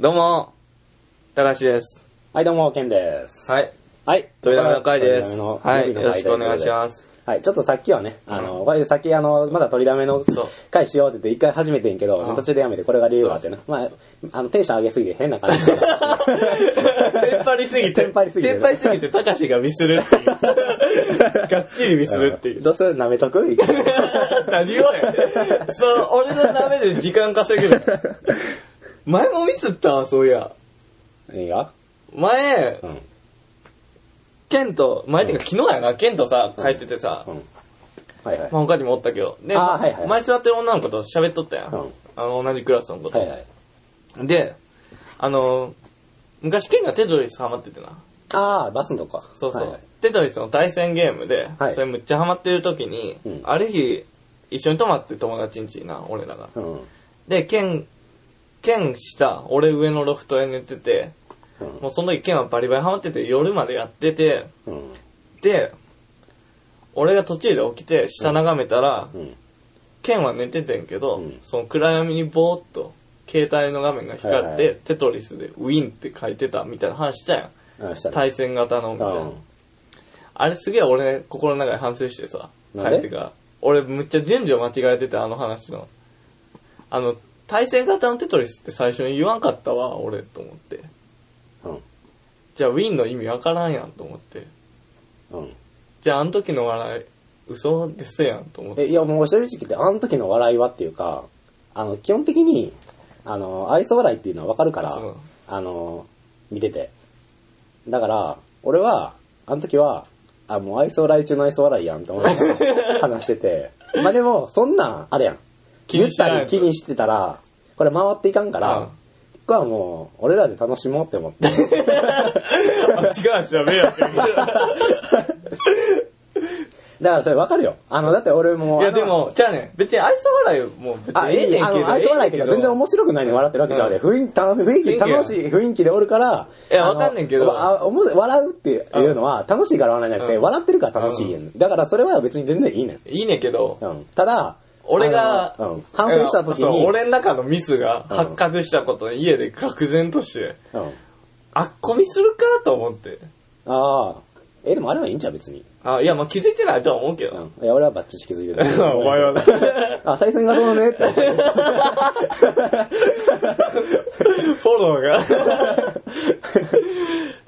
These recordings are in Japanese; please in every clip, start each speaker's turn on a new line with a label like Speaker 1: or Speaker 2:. Speaker 1: どうも、たかしです。
Speaker 2: はい、どうも、ケンです。
Speaker 1: はい。
Speaker 2: はい。
Speaker 1: とりだめの会で
Speaker 2: 鳥
Speaker 1: す。
Speaker 2: だめの
Speaker 1: はい。よろしくお願いし
Speaker 2: す。
Speaker 1: ます。
Speaker 2: はい、ちょっとさっきはね、あの、これさっきあの、まだ取りだめの
Speaker 1: そう
Speaker 2: 会しようって言って一回始めてんけ
Speaker 1: うん
Speaker 2: ど、途中でやめてこれが理由があってな。まあ、あの、テンション上げすぎて変な 感じ。
Speaker 1: テンパりすぎ
Speaker 2: てテンパりすぎて
Speaker 1: テンパりすぎて、たかしがミスる っていう。がっちりミスるっていう。
Speaker 2: どうする舐めとく
Speaker 1: 何をや。そう、俺のダメで時間稼ぐの。前もミスったわ、そういや。
Speaker 2: いいよ。
Speaker 1: 前
Speaker 2: う、ん。
Speaker 1: ケンと、前っていうか昨日やな、ケンとさ、帰っててさ、
Speaker 2: うん。はいはい
Speaker 1: ま。あ他にもおったけど、で、
Speaker 2: あーはいはい
Speaker 1: 前座ってる女の子と喋っとったやん。
Speaker 2: うん
Speaker 1: あの、同じクラスの子と。
Speaker 2: はいはい。
Speaker 1: で、あの、昔ケンがテトリスハマっててな。
Speaker 2: あー、バスのとこか。
Speaker 1: そうそう。
Speaker 2: はいはい
Speaker 1: テトリスの対戦ゲームで、
Speaker 2: はい
Speaker 1: それむっちゃハマってる時に、
Speaker 2: うん
Speaker 1: ある日、一緒に泊まって友達んちな、俺らが。
Speaker 2: うん。
Speaker 1: で、ケン、ケン下、俺上のロフトへ寝てて、
Speaker 2: うん
Speaker 1: もうその時ケンはバリバリハマってて、夜までやってて、
Speaker 2: うん。
Speaker 1: で、俺が途中で起きて、下眺めたら、
Speaker 2: うん。
Speaker 1: ケンは寝ててんけど、
Speaker 2: うん
Speaker 1: その暗闇にぼーっと、携帯の画面が光って、
Speaker 2: はいはい
Speaker 1: テトリスでウィンって書いてたみたいな話したやん。
Speaker 2: うん。したね
Speaker 1: 対戦型のみ
Speaker 2: う
Speaker 1: たいな。
Speaker 2: ん。
Speaker 1: あれすげえ俺心の中で反省してさ、
Speaker 2: なん
Speaker 1: 帰
Speaker 2: で
Speaker 1: ってから。俺むっちゃ順序間違えてたあの話の。あの、対戦型のテトリスって最初に言わんかったわ、俺と思って。
Speaker 2: うん。
Speaker 1: じゃあウィンの意味わからんやんと思って。
Speaker 2: うん。
Speaker 1: じゃああの時の笑い、嘘ですやんと 思っ
Speaker 2: え、
Speaker 1: て。
Speaker 2: いや、もう正直言って、あの時の笑いはっていうか、あの、基本的に、あの、愛想笑いっていうのはわかるから
Speaker 1: そう、
Speaker 2: あの、見てて。だから、俺は、あの時は、あ、もう愛想笑い中の愛想笑いやんって思って話し てて。まあでも、そんなん、あれやん。
Speaker 1: 気にしない
Speaker 2: 言ったり気にしてたら、これ回っていかんから、
Speaker 1: うん
Speaker 2: ここはもう、俺らで楽しもうって思 って。
Speaker 1: あっち側調べよ
Speaker 2: だからそれわかるよ。あの、だって俺も、
Speaker 1: いや
Speaker 2: あの
Speaker 1: で、も、じゃあね、別に愛想笑いもう別
Speaker 2: あ、
Speaker 1: に
Speaker 2: い
Speaker 1: ええねんけ
Speaker 2: い
Speaker 1: ど。
Speaker 2: あの、愛想笑いっていうか全然
Speaker 1: 思
Speaker 2: 面白くないのに笑ってるわけじゃんね。
Speaker 1: うん
Speaker 2: 雰囲気、た雰囲気、楽しい雰囲気でおるから。
Speaker 1: いや
Speaker 2: あの
Speaker 1: わかんねんけど
Speaker 2: わあおも笑うっていうのは、楽しいから笑わないんじゃなく
Speaker 1: う
Speaker 2: て、
Speaker 1: ん
Speaker 2: 笑ってるから楽しいやん。だからそれは別に全然いいねん。
Speaker 1: いいねんけど、
Speaker 2: うん。ただ、
Speaker 1: 俺が
Speaker 2: あのうん反省した時
Speaker 1: そう
Speaker 2: に、
Speaker 1: 俺の中のミスが発覚したことに家で愕然として、
Speaker 2: うん。
Speaker 1: あっこみするかと思って。
Speaker 2: ああ。え、でもあれはいいんちゃう別に。
Speaker 1: あ、いや、まあ気づいてないとは思うけ
Speaker 2: う
Speaker 1: ど。。
Speaker 2: ん。いや、俺はバッチリ気づいてる
Speaker 1: お前はな。
Speaker 2: あ、対戦がそうねって思って。
Speaker 1: フォローが。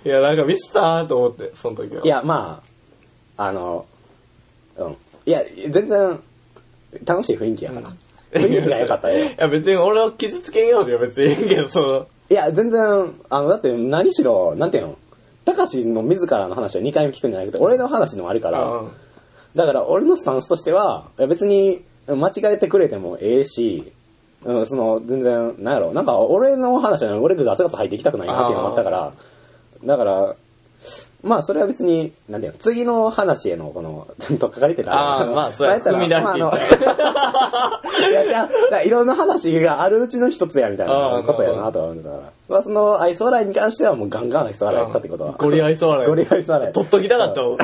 Speaker 1: いや、なんかミスったなと思って、その時は。
Speaker 2: い、や、まあ、あの、うん。いや、全然、楽しい雰囲気やから。雰囲気が良かったよ。
Speaker 1: いや、別に俺を傷つけようとは別にいいけど、その、
Speaker 2: いや、全然、あの、だって何しろ、なんていうの、たかしの自らの話は2回も聞くんじゃなくて、俺の話でもあるから、
Speaker 1: うん
Speaker 2: だから俺のスタンスとしては、いや別に間違えてくれてもええし、うん、その、全然、なんやろ、なんか俺の話なのに俺がガツガツ入っていきたくないなっていうのもあったから、だから、まあそれは別に、なんていうの、次の話へのこの、 ちゃんと書かれてた
Speaker 1: ああ、まあ、そうや、 踏み出してい
Speaker 2: まああの
Speaker 1: った。
Speaker 2: いや、じゃあだから、いろんな話があるうちの一つや、みたいなことやなとは思ってたから。まあ、その、愛想笑いに関してはもうガンガン愛想笑いやったってことは。
Speaker 1: ゴリ愛想笑い。
Speaker 2: ゴリ愛想笑い
Speaker 1: 取っときたかった もん。ム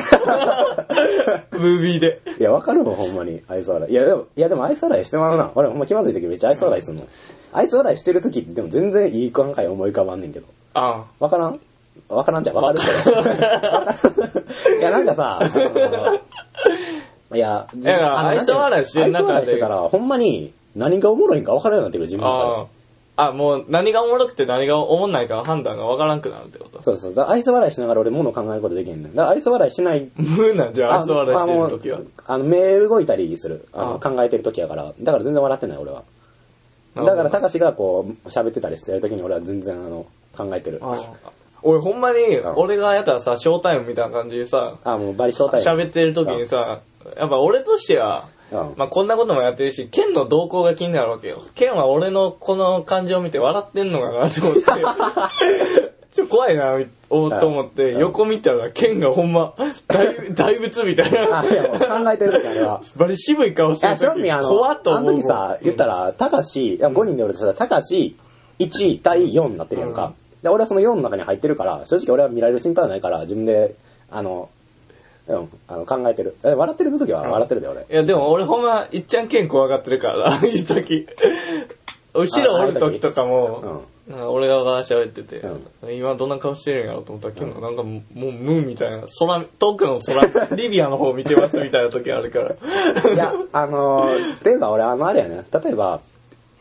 Speaker 1: ービーで。
Speaker 2: いや、わかるもん、ほんまに。愛想笑い。いや、でも、いや、でも愛想笑いしてまうな。俺、ほんま気まずい時めっちゃ愛想笑いするの。愛想笑いしてる時って、でも全然いい考え思い浮かばんねんけど。
Speaker 1: あ
Speaker 2: わからんわからんじゃん、わかるけど。わから んいや、なんかさ、あのいや、自
Speaker 1: いや
Speaker 2: あの
Speaker 1: 愛想笑いしてる中で
Speaker 2: 愛想笑いしてたら、ほんまに何がおもろいんかわからんようになってくる、
Speaker 1: あ。
Speaker 2: 自分の中で
Speaker 1: ああ。あ、もう何がおもろくて何がおもんないかの判断がわからんくなるってこと。
Speaker 2: そうそう。だから愛想笑いしながら俺物を考えることできへんねん。だから愛想笑いしない。
Speaker 1: 無なんじゃん、愛想笑いしてる時は
Speaker 2: あ。もうあの、目動いたりする。あの、
Speaker 1: あ
Speaker 2: 考えてる時やから。だから全然笑ってない、俺は。だ
Speaker 1: なるほど
Speaker 2: から、たかしがこう、喋ってたりしてる時に俺は全然、あの、考えてる。あ
Speaker 1: 俺ほんまに、
Speaker 2: ん
Speaker 1: 俺がやからさ、ショータイムみたいな感じでさ、
Speaker 2: もうバリショータイム。
Speaker 1: 喋ってる時にさ、やっぱ俺としては
Speaker 2: うん、
Speaker 1: まあこんなこともやってるし、ケンの動向が気になるわけよ。ケンは俺のこの感じを見て笑ってんのかなと思っ て、ちょっと怖いな、おと思って、
Speaker 2: うん
Speaker 1: 横見たらケンがほんま、大大仏みたいな
Speaker 2: あ、いや、もう考えてる時あれは。
Speaker 1: バリ渋い顔し
Speaker 2: い
Speaker 1: て
Speaker 2: や、
Speaker 1: る
Speaker 2: 正味
Speaker 1: 時
Speaker 2: あの、
Speaker 1: 怖っと
Speaker 2: あ
Speaker 1: 思うも
Speaker 2: の
Speaker 1: ん。
Speaker 2: 時さ、言ったら、たかし、5人で俺としたら、たかし、1対4になってるやん
Speaker 1: うん
Speaker 2: か。で、俺はその4の中に入ってるから、正直俺は見られる心配はないから、自分で、あの、うん、あの、考えてる。え笑ってる時は笑ってる で、俺。
Speaker 1: いや、でも俺ほんま、 いっちゃん剣怖がってるから、ああいう時。後ろおる時とか
Speaker 2: うん
Speaker 1: も、。なんか俺がわー喋ってて、
Speaker 2: う
Speaker 1: 今どんな顔してるんやろうと思ったら、今日なんかもう、もうムーンみたいな、空、遠くの空、 リビアの方見てますみたいな時あるから。
Speaker 2: いや、あのーっていうか俺、あの、あれやね、例えば、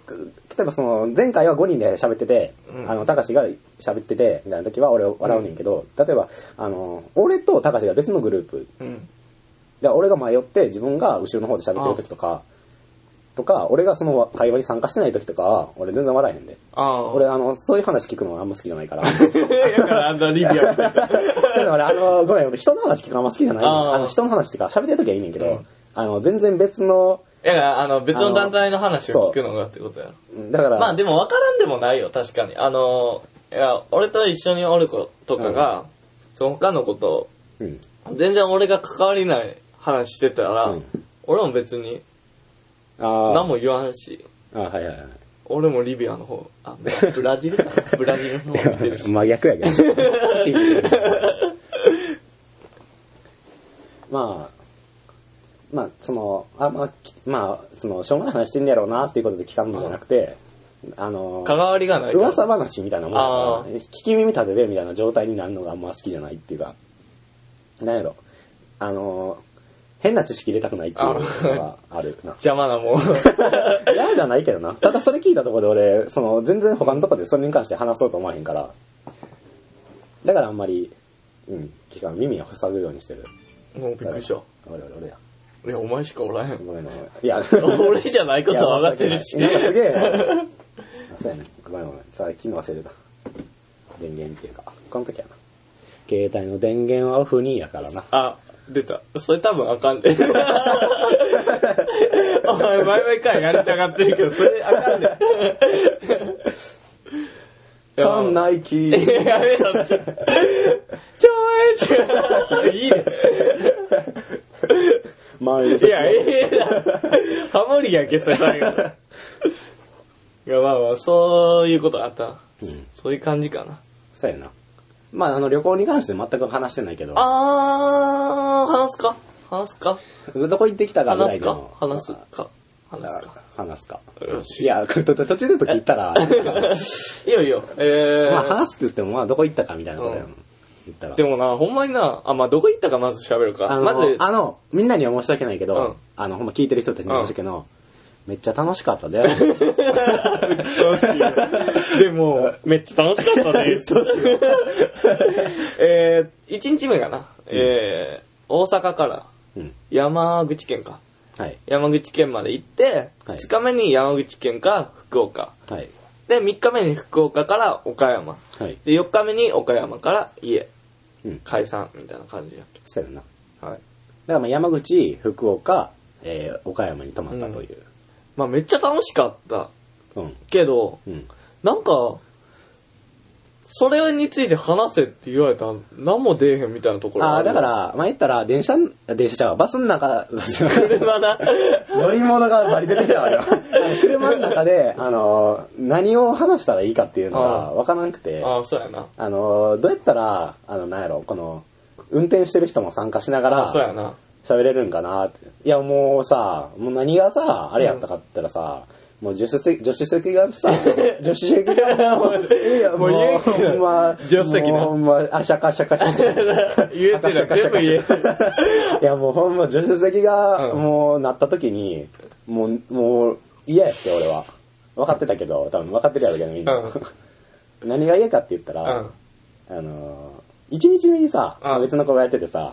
Speaker 2: 例えばその、前回は5人で喋ってて、
Speaker 1: うん
Speaker 2: あの、たかしが喋ってて、みたいな時は俺笑うねんけど、例えば、あのー俺とたかしが別のグループ、
Speaker 1: うん。
Speaker 2: で俺が迷って自分が後ろの方で喋ってる時とか、とか、俺がその会話に参加してない時とかは、俺全然笑えへんで。
Speaker 1: ああ。
Speaker 2: 俺、あの、そういう話聞くのあんま好きじゃないから。
Speaker 1: だからあんなリビアみた いな。
Speaker 2: ちょっと俺、あの、ごめん、俺人の話聞くのあんま好きじゃない。
Speaker 1: あー
Speaker 2: あの、人の話っていうか、喋ってる時はいいねんけど、
Speaker 1: うん
Speaker 2: あの、全然別の、
Speaker 1: だから、あの、別の団体の話を聞くのがってことやろ。
Speaker 2: うんだから、
Speaker 1: まあでも分からんでもないよ、確かに。あの、いや、俺と一緒におる子とかが、その他の子と、
Speaker 2: うん。
Speaker 1: 全然俺が関わりない話してたら、
Speaker 2: うん
Speaker 1: 俺も別に
Speaker 2: ああ。
Speaker 1: 何も言わんし、
Speaker 2: あはいはいはい。
Speaker 1: 俺もリビアの方、あ、ブラジル かなブラジルの方見てるし。
Speaker 2: 真逆やけど。土見てるまあ、まあ、その、あまあ、きまあ、その、しょうもない話してんねやろうなっていうことで聞かんのじゃなくて、あの、
Speaker 1: 関わりがないから。
Speaker 2: 噂話みたいなもん
Speaker 1: あ
Speaker 2: やから聞き耳立ててみたいな状態になるのがあんま好きじゃないっていうか、なんやろ、あの、変な知識入れたくないっていうのがあるな。
Speaker 1: 邪魔なもん。
Speaker 2: 嫌じゃないけどな。ただそれ聞いたところで俺、その、全然他のとこでそれに関して話そうと思わへんから。だからあんまり、うん、聞かん。耳を塞ぐようにしてる。
Speaker 1: もうびっくりした。
Speaker 2: 俺俺俺や。
Speaker 1: いや、お前しかおらへん。
Speaker 2: ごめんごめん。いや、
Speaker 1: 俺じゃない ことは分かってるし
Speaker 2: い。や申訳ないなんかすげえ。あそうやね。ごめんごめん。さあ、昨日忘れてた。電源っていうか、この時やな。携帯の電源はオフにやからな。
Speaker 1: あ、出た。それ多分あかん で。お前、毎々回やりたがってるけど、それあかん で。
Speaker 2: 館
Speaker 1: い
Speaker 2: 内キー。
Speaker 1: や。やめろって。ちょーいって。いいね。
Speaker 2: 前に
Speaker 1: いや、ええな。ハモリやんけ、それ最後。いや、まあまあ、そういうことあったな。そういう感じかな。
Speaker 2: そうやな。まあ、あの、旅行に関して全く話してないけど。
Speaker 1: あー、話すか話すか
Speaker 2: どこ行ってきたかぐら
Speaker 1: 話
Speaker 2: い
Speaker 1: す
Speaker 2: で
Speaker 1: か
Speaker 2: も。
Speaker 1: 話すか話すか
Speaker 2: 話すか。
Speaker 1: よし
Speaker 2: いや、こ れ途中でと聞い たら、
Speaker 1: いいよいいよ。えー。
Speaker 2: まあ話すって言っても、まあどこ行ったかみたいなことやも。
Speaker 1: うん
Speaker 2: 言ったら。
Speaker 1: でもな、ほんまにな、あ、まあ、どこ行ったかまず喋る
Speaker 2: あ
Speaker 1: か。
Speaker 2: の、
Speaker 1: まず、
Speaker 2: あの、みんなには申し訳ないけ
Speaker 1: うん
Speaker 2: ど、あの、ほんま聞いてる人たちに申し訳ないめっちゃ楽しかったで。
Speaker 1: でも、めっちゃ楽しかったです。 えー、1日目かな。えー、大阪から
Speaker 2: うん。
Speaker 1: 山口県か。
Speaker 2: はい。
Speaker 1: 山口県まで行って、
Speaker 2: はい
Speaker 1: 2日目に山口県から福岡。
Speaker 2: はい。
Speaker 1: で、3日目に福岡から岡山。
Speaker 2: はい。
Speaker 1: で、4日目に岡山から家、
Speaker 2: うん。
Speaker 1: 解散みたいな感じやっ
Speaker 2: そうやな。だか
Speaker 1: け。はい。
Speaker 2: らまあ山口、福岡、えー岡山に泊まったという。
Speaker 1: まあ、めっちゃ楽しかった
Speaker 2: うん。
Speaker 1: けど、
Speaker 2: うん。
Speaker 1: なんか、それについて話せって言われたら何も出えへんみたいなところ。
Speaker 2: ああ、だからら、まあ言ったら、電車、電車ちゃうわバスの中、バスの中
Speaker 1: 車だ。
Speaker 2: 乗り物がバリ出てきたわよ。車の中で、あの、何を話したらいいかっていうの
Speaker 1: あ
Speaker 2: が
Speaker 1: あ
Speaker 2: 分からなくて、
Speaker 1: ああ、そうやな。
Speaker 2: あの、どうやったら、あの、なんやろ、この、運転してる人も参加しなが
Speaker 1: ああ、
Speaker 2: ら、
Speaker 1: そうやな。
Speaker 2: 喋れるんかなって。いや、もうさ、もう何がさ、あれやったかって言ったらさ、もう助手席、助手席がさ、 助手席が、もう、いや、もう、
Speaker 1: もう言えんけ
Speaker 2: ほ
Speaker 1: ど
Speaker 2: んま、
Speaker 1: 助手席な
Speaker 2: もうほんま、あしゃかしゃかしゃか。
Speaker 1: 言えてる。全部言えてる。
Speaker 2: いやもうほんま助手席が
Speaker 1: うん
Speaker 2: もうなった時に、もうもう嫌やって俺は分かってたけど多分分かってるやろうけどみんな、
Speaker 1: うん
Speaker 2: 何が嫌かって言った
Speaker 1: う
Speaker 2: ら、
Speaker 1: ん。
Speaker 2: あのー、1日目にさ、
Speaker 1: うん
Speaker 2: 別の子がやっててさ、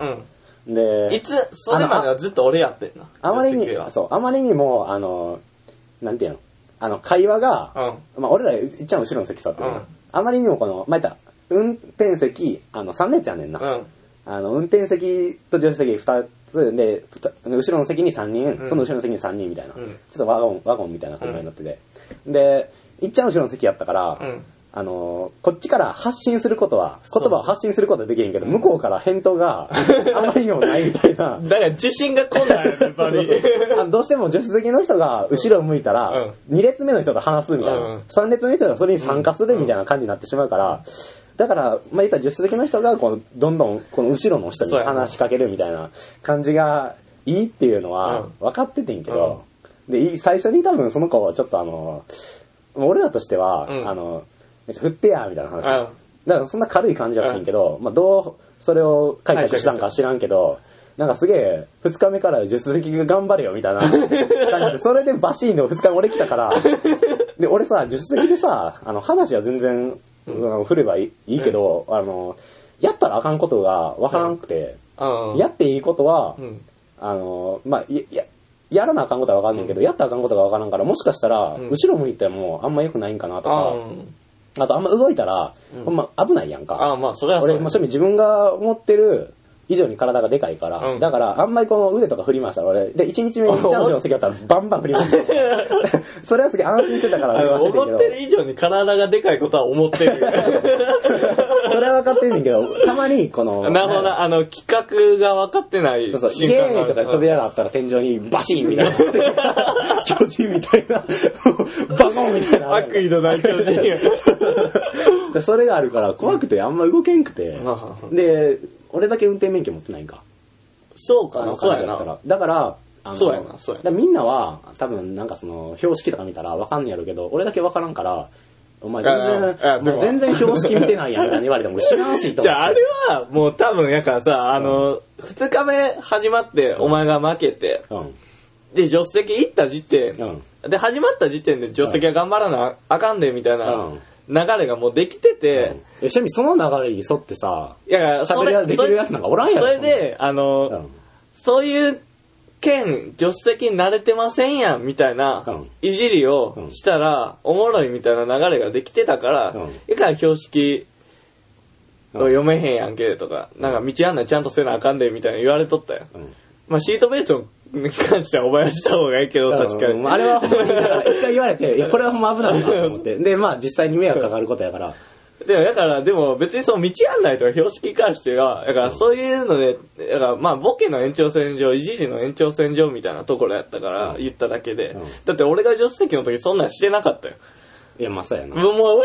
Speaker 1: うん。
Speaker 2: で
Speaker 1: いつ、それまではずっと俺やってんな。
Speaker 2: あまりに
Speaker 1: 助手席は
Speaker 2: そうあまりにもあのーなんていうのあの会話が、まあ、俺らいっちゃん後ろの席座ってるな、
Speaker 1: うん
Speaker 2: あまりにもこのまあ、言ったら運転席あの3列やねんな、
Speaker 1: うん。
Speaker 2: あの、運転席と助手席2つで、ふた後ろの席に3人、
Speaker 1: うん
Speaker 2: その後ろの席に3人みたいな、
Speaker 1: うん
Speaker 2: ちょっとワゴン、ワゴンみたいな考えになってて。で、いっちゃん後ろの席やったから、
Speaker 1: うん
Speaker 2: あのこっちから発信することは、言葉を発信することはできへんけど、向こうから返答があまりにもないみたいな
Speaker 1: うん。。だから受信が来ないやっぱり。
Speaker 2: あどうしても助手席の人が後ろを向いたら、2列目の人と話すみたい
Speaker 1: うん
Speaker 2: な、3列目の人がそれに参加するみたいな感じになってしまうから、だから、まあ、言ったら助手席の人がこうどんどんこの後ろの人に
Speaker 1: そうやな
Speaker 2: 話しかけるみたいな感じがいいっていうの
Speaker 1: う
Speaker 2: は
Speaker 1: ん
Speaker 2: 分かっててんけど、でい最初に多分その子はちょっとあの俺らとしては、
Speaker 1: うん
Speaker 2: あのちょ振ってやみたいな話。
Speaker 1: あ
Speaker 2: だからそんな軽い感じじゃないんけど、まあどう、それを解釈したんか知らんけど、なんかすげえ、二日目から術的が頑張れよみたいな感じで、それでバシーンの二日目俺来たから、で、俺さ、術的でさ、あの、話は全然、うん、振ればいいいいけど、あの、やったらあかんことがわからんくて、
Speaker 1: あ
Speaker 2: やっていいことは、
Speaker 1: うん。
Speaker 2: あの、まあ、や、ややらなあかんことはわかんないけど、やったらあかんことがわからんから、もしかしたら、
Speaker 1: ん
Speaker 2: 後ろ向いてもあんま良くないんかなと
Speaker 1: ああ
Speaker 2: か、あとあんま動いたら、ほんま危ないやん
Speaker 1: あ
Speaker 2: か。
Speaker 1: あ、まあ、それはそ
Speaker 2: 俺、
Speaker 1: う
Speaker 2: まあ、正味自分が思ってる以上に体がでかいから、
Speaker 1: うん
Speaker 2: だからあんまりこの腕とか振りましたら俺、で、1日 目にチャンスの席だったらバンバン振りました。それはすげえ安心してたから振りまして
Speaker 1: 思
Speaker 2: た
Speaker 1: って
Speaker 2: け
Speaker 1: る以上に体がでかいことは思 ってるよ。
Speaker 2: ど、それは分かってんねんけど、たまにこの、
Speaker 1: なるほどな、あの、企画が分かってない
Speaker 2: そうそう、イエーイとか
Speaker 1: や
Speaker 2: 扉があったら天井にバシーンみ たいな。巨人みたいな。バコンみたいな。
Speaker 1: 悪意のない巨
Speaker 2: で それがあるから怖くてあんま動けんくて。
Speaker 1: 人。
Speaker 2: で、俺だけ運転免許持ってないんか。
Speaker 1: そう
Speaker 2: あ
Speaker 1: か
Speaker 2: の
Speaker 1: な、そう
Speaker 2: 感じ
Speaker 1: や
Speaker 2: だった
Speaker 1: な。
Speaker 2: ら。だから、あの
Speaker 1: そうやなそうやな
Speaker 2: だからみんなは、多分なんかその、標識とか見たらわかんねやろうけど、俺だけわからんから、お前全
Speaker 1: いやいや
Speaker 2: 然、
Speaker 1: でも
Speaker 2: もう全然標識見てないやんみたいに言われても俺知らんしと思って。
Speaker 1: じゃあ、あれは、もう多分、やからさ、あの、二日目始まって、お前が負けて、
Speaker 2: うん。
Speaker 1: で、助手席行った時点、
Speaker 2: うん。
Speaker 1: で、始まった時点で助手席は頑張らなあかんで、みたいな流れがもうできてて、
Speaker 2: え、ちなみにその流れに沿ってさ、
Speaker 1: いや、そ
Speaker 2: 喋
Speaker 1: れ
Speaker 2: りできるやつなんかおらんやろ。
Speaker 1: それで、あの、
Speaker 2: うん、
Speaker 1: そういう件、助手席に慣れてませんやん、みたいな
Speaker 2: うん、
Speaker 1: いじりをしたら、おもろいみたいな流れができてたから
Speaker 2: うん、
Speaker 1: いから標識を
Speaker 2: うん
Speaker 1: 読めへんやんけ、とか、なんか道案内ちゃんとせなあかんで、みたいな言われとったよ。
Speaker 2: うん
Speaker 1: まあ、シートベルトに関してはお前はした方がいいけど、確か
Speaker 2: う
Speaker 1: に。
Speaker 2: んあれはほんまに、だから一回言われて、いや、これはほんま危ないなと思 って。で、まあ実際に迷惑かかることやから。
Speaker 1: でも、だから、でも別にその道案内とか標識に関しては、だからそういうので、だからまあボケの延長線上、いじりの延長線上みたいなところやったから
Speaker 2: うん
Speaker 1: 言っただけで
Speaker 2: うん、
Speaker 1: だって俺が助手席の時そんなんしてなかったよ。
Speaker 2: いや、まあそうやな。
Speaker 1: もう、もう、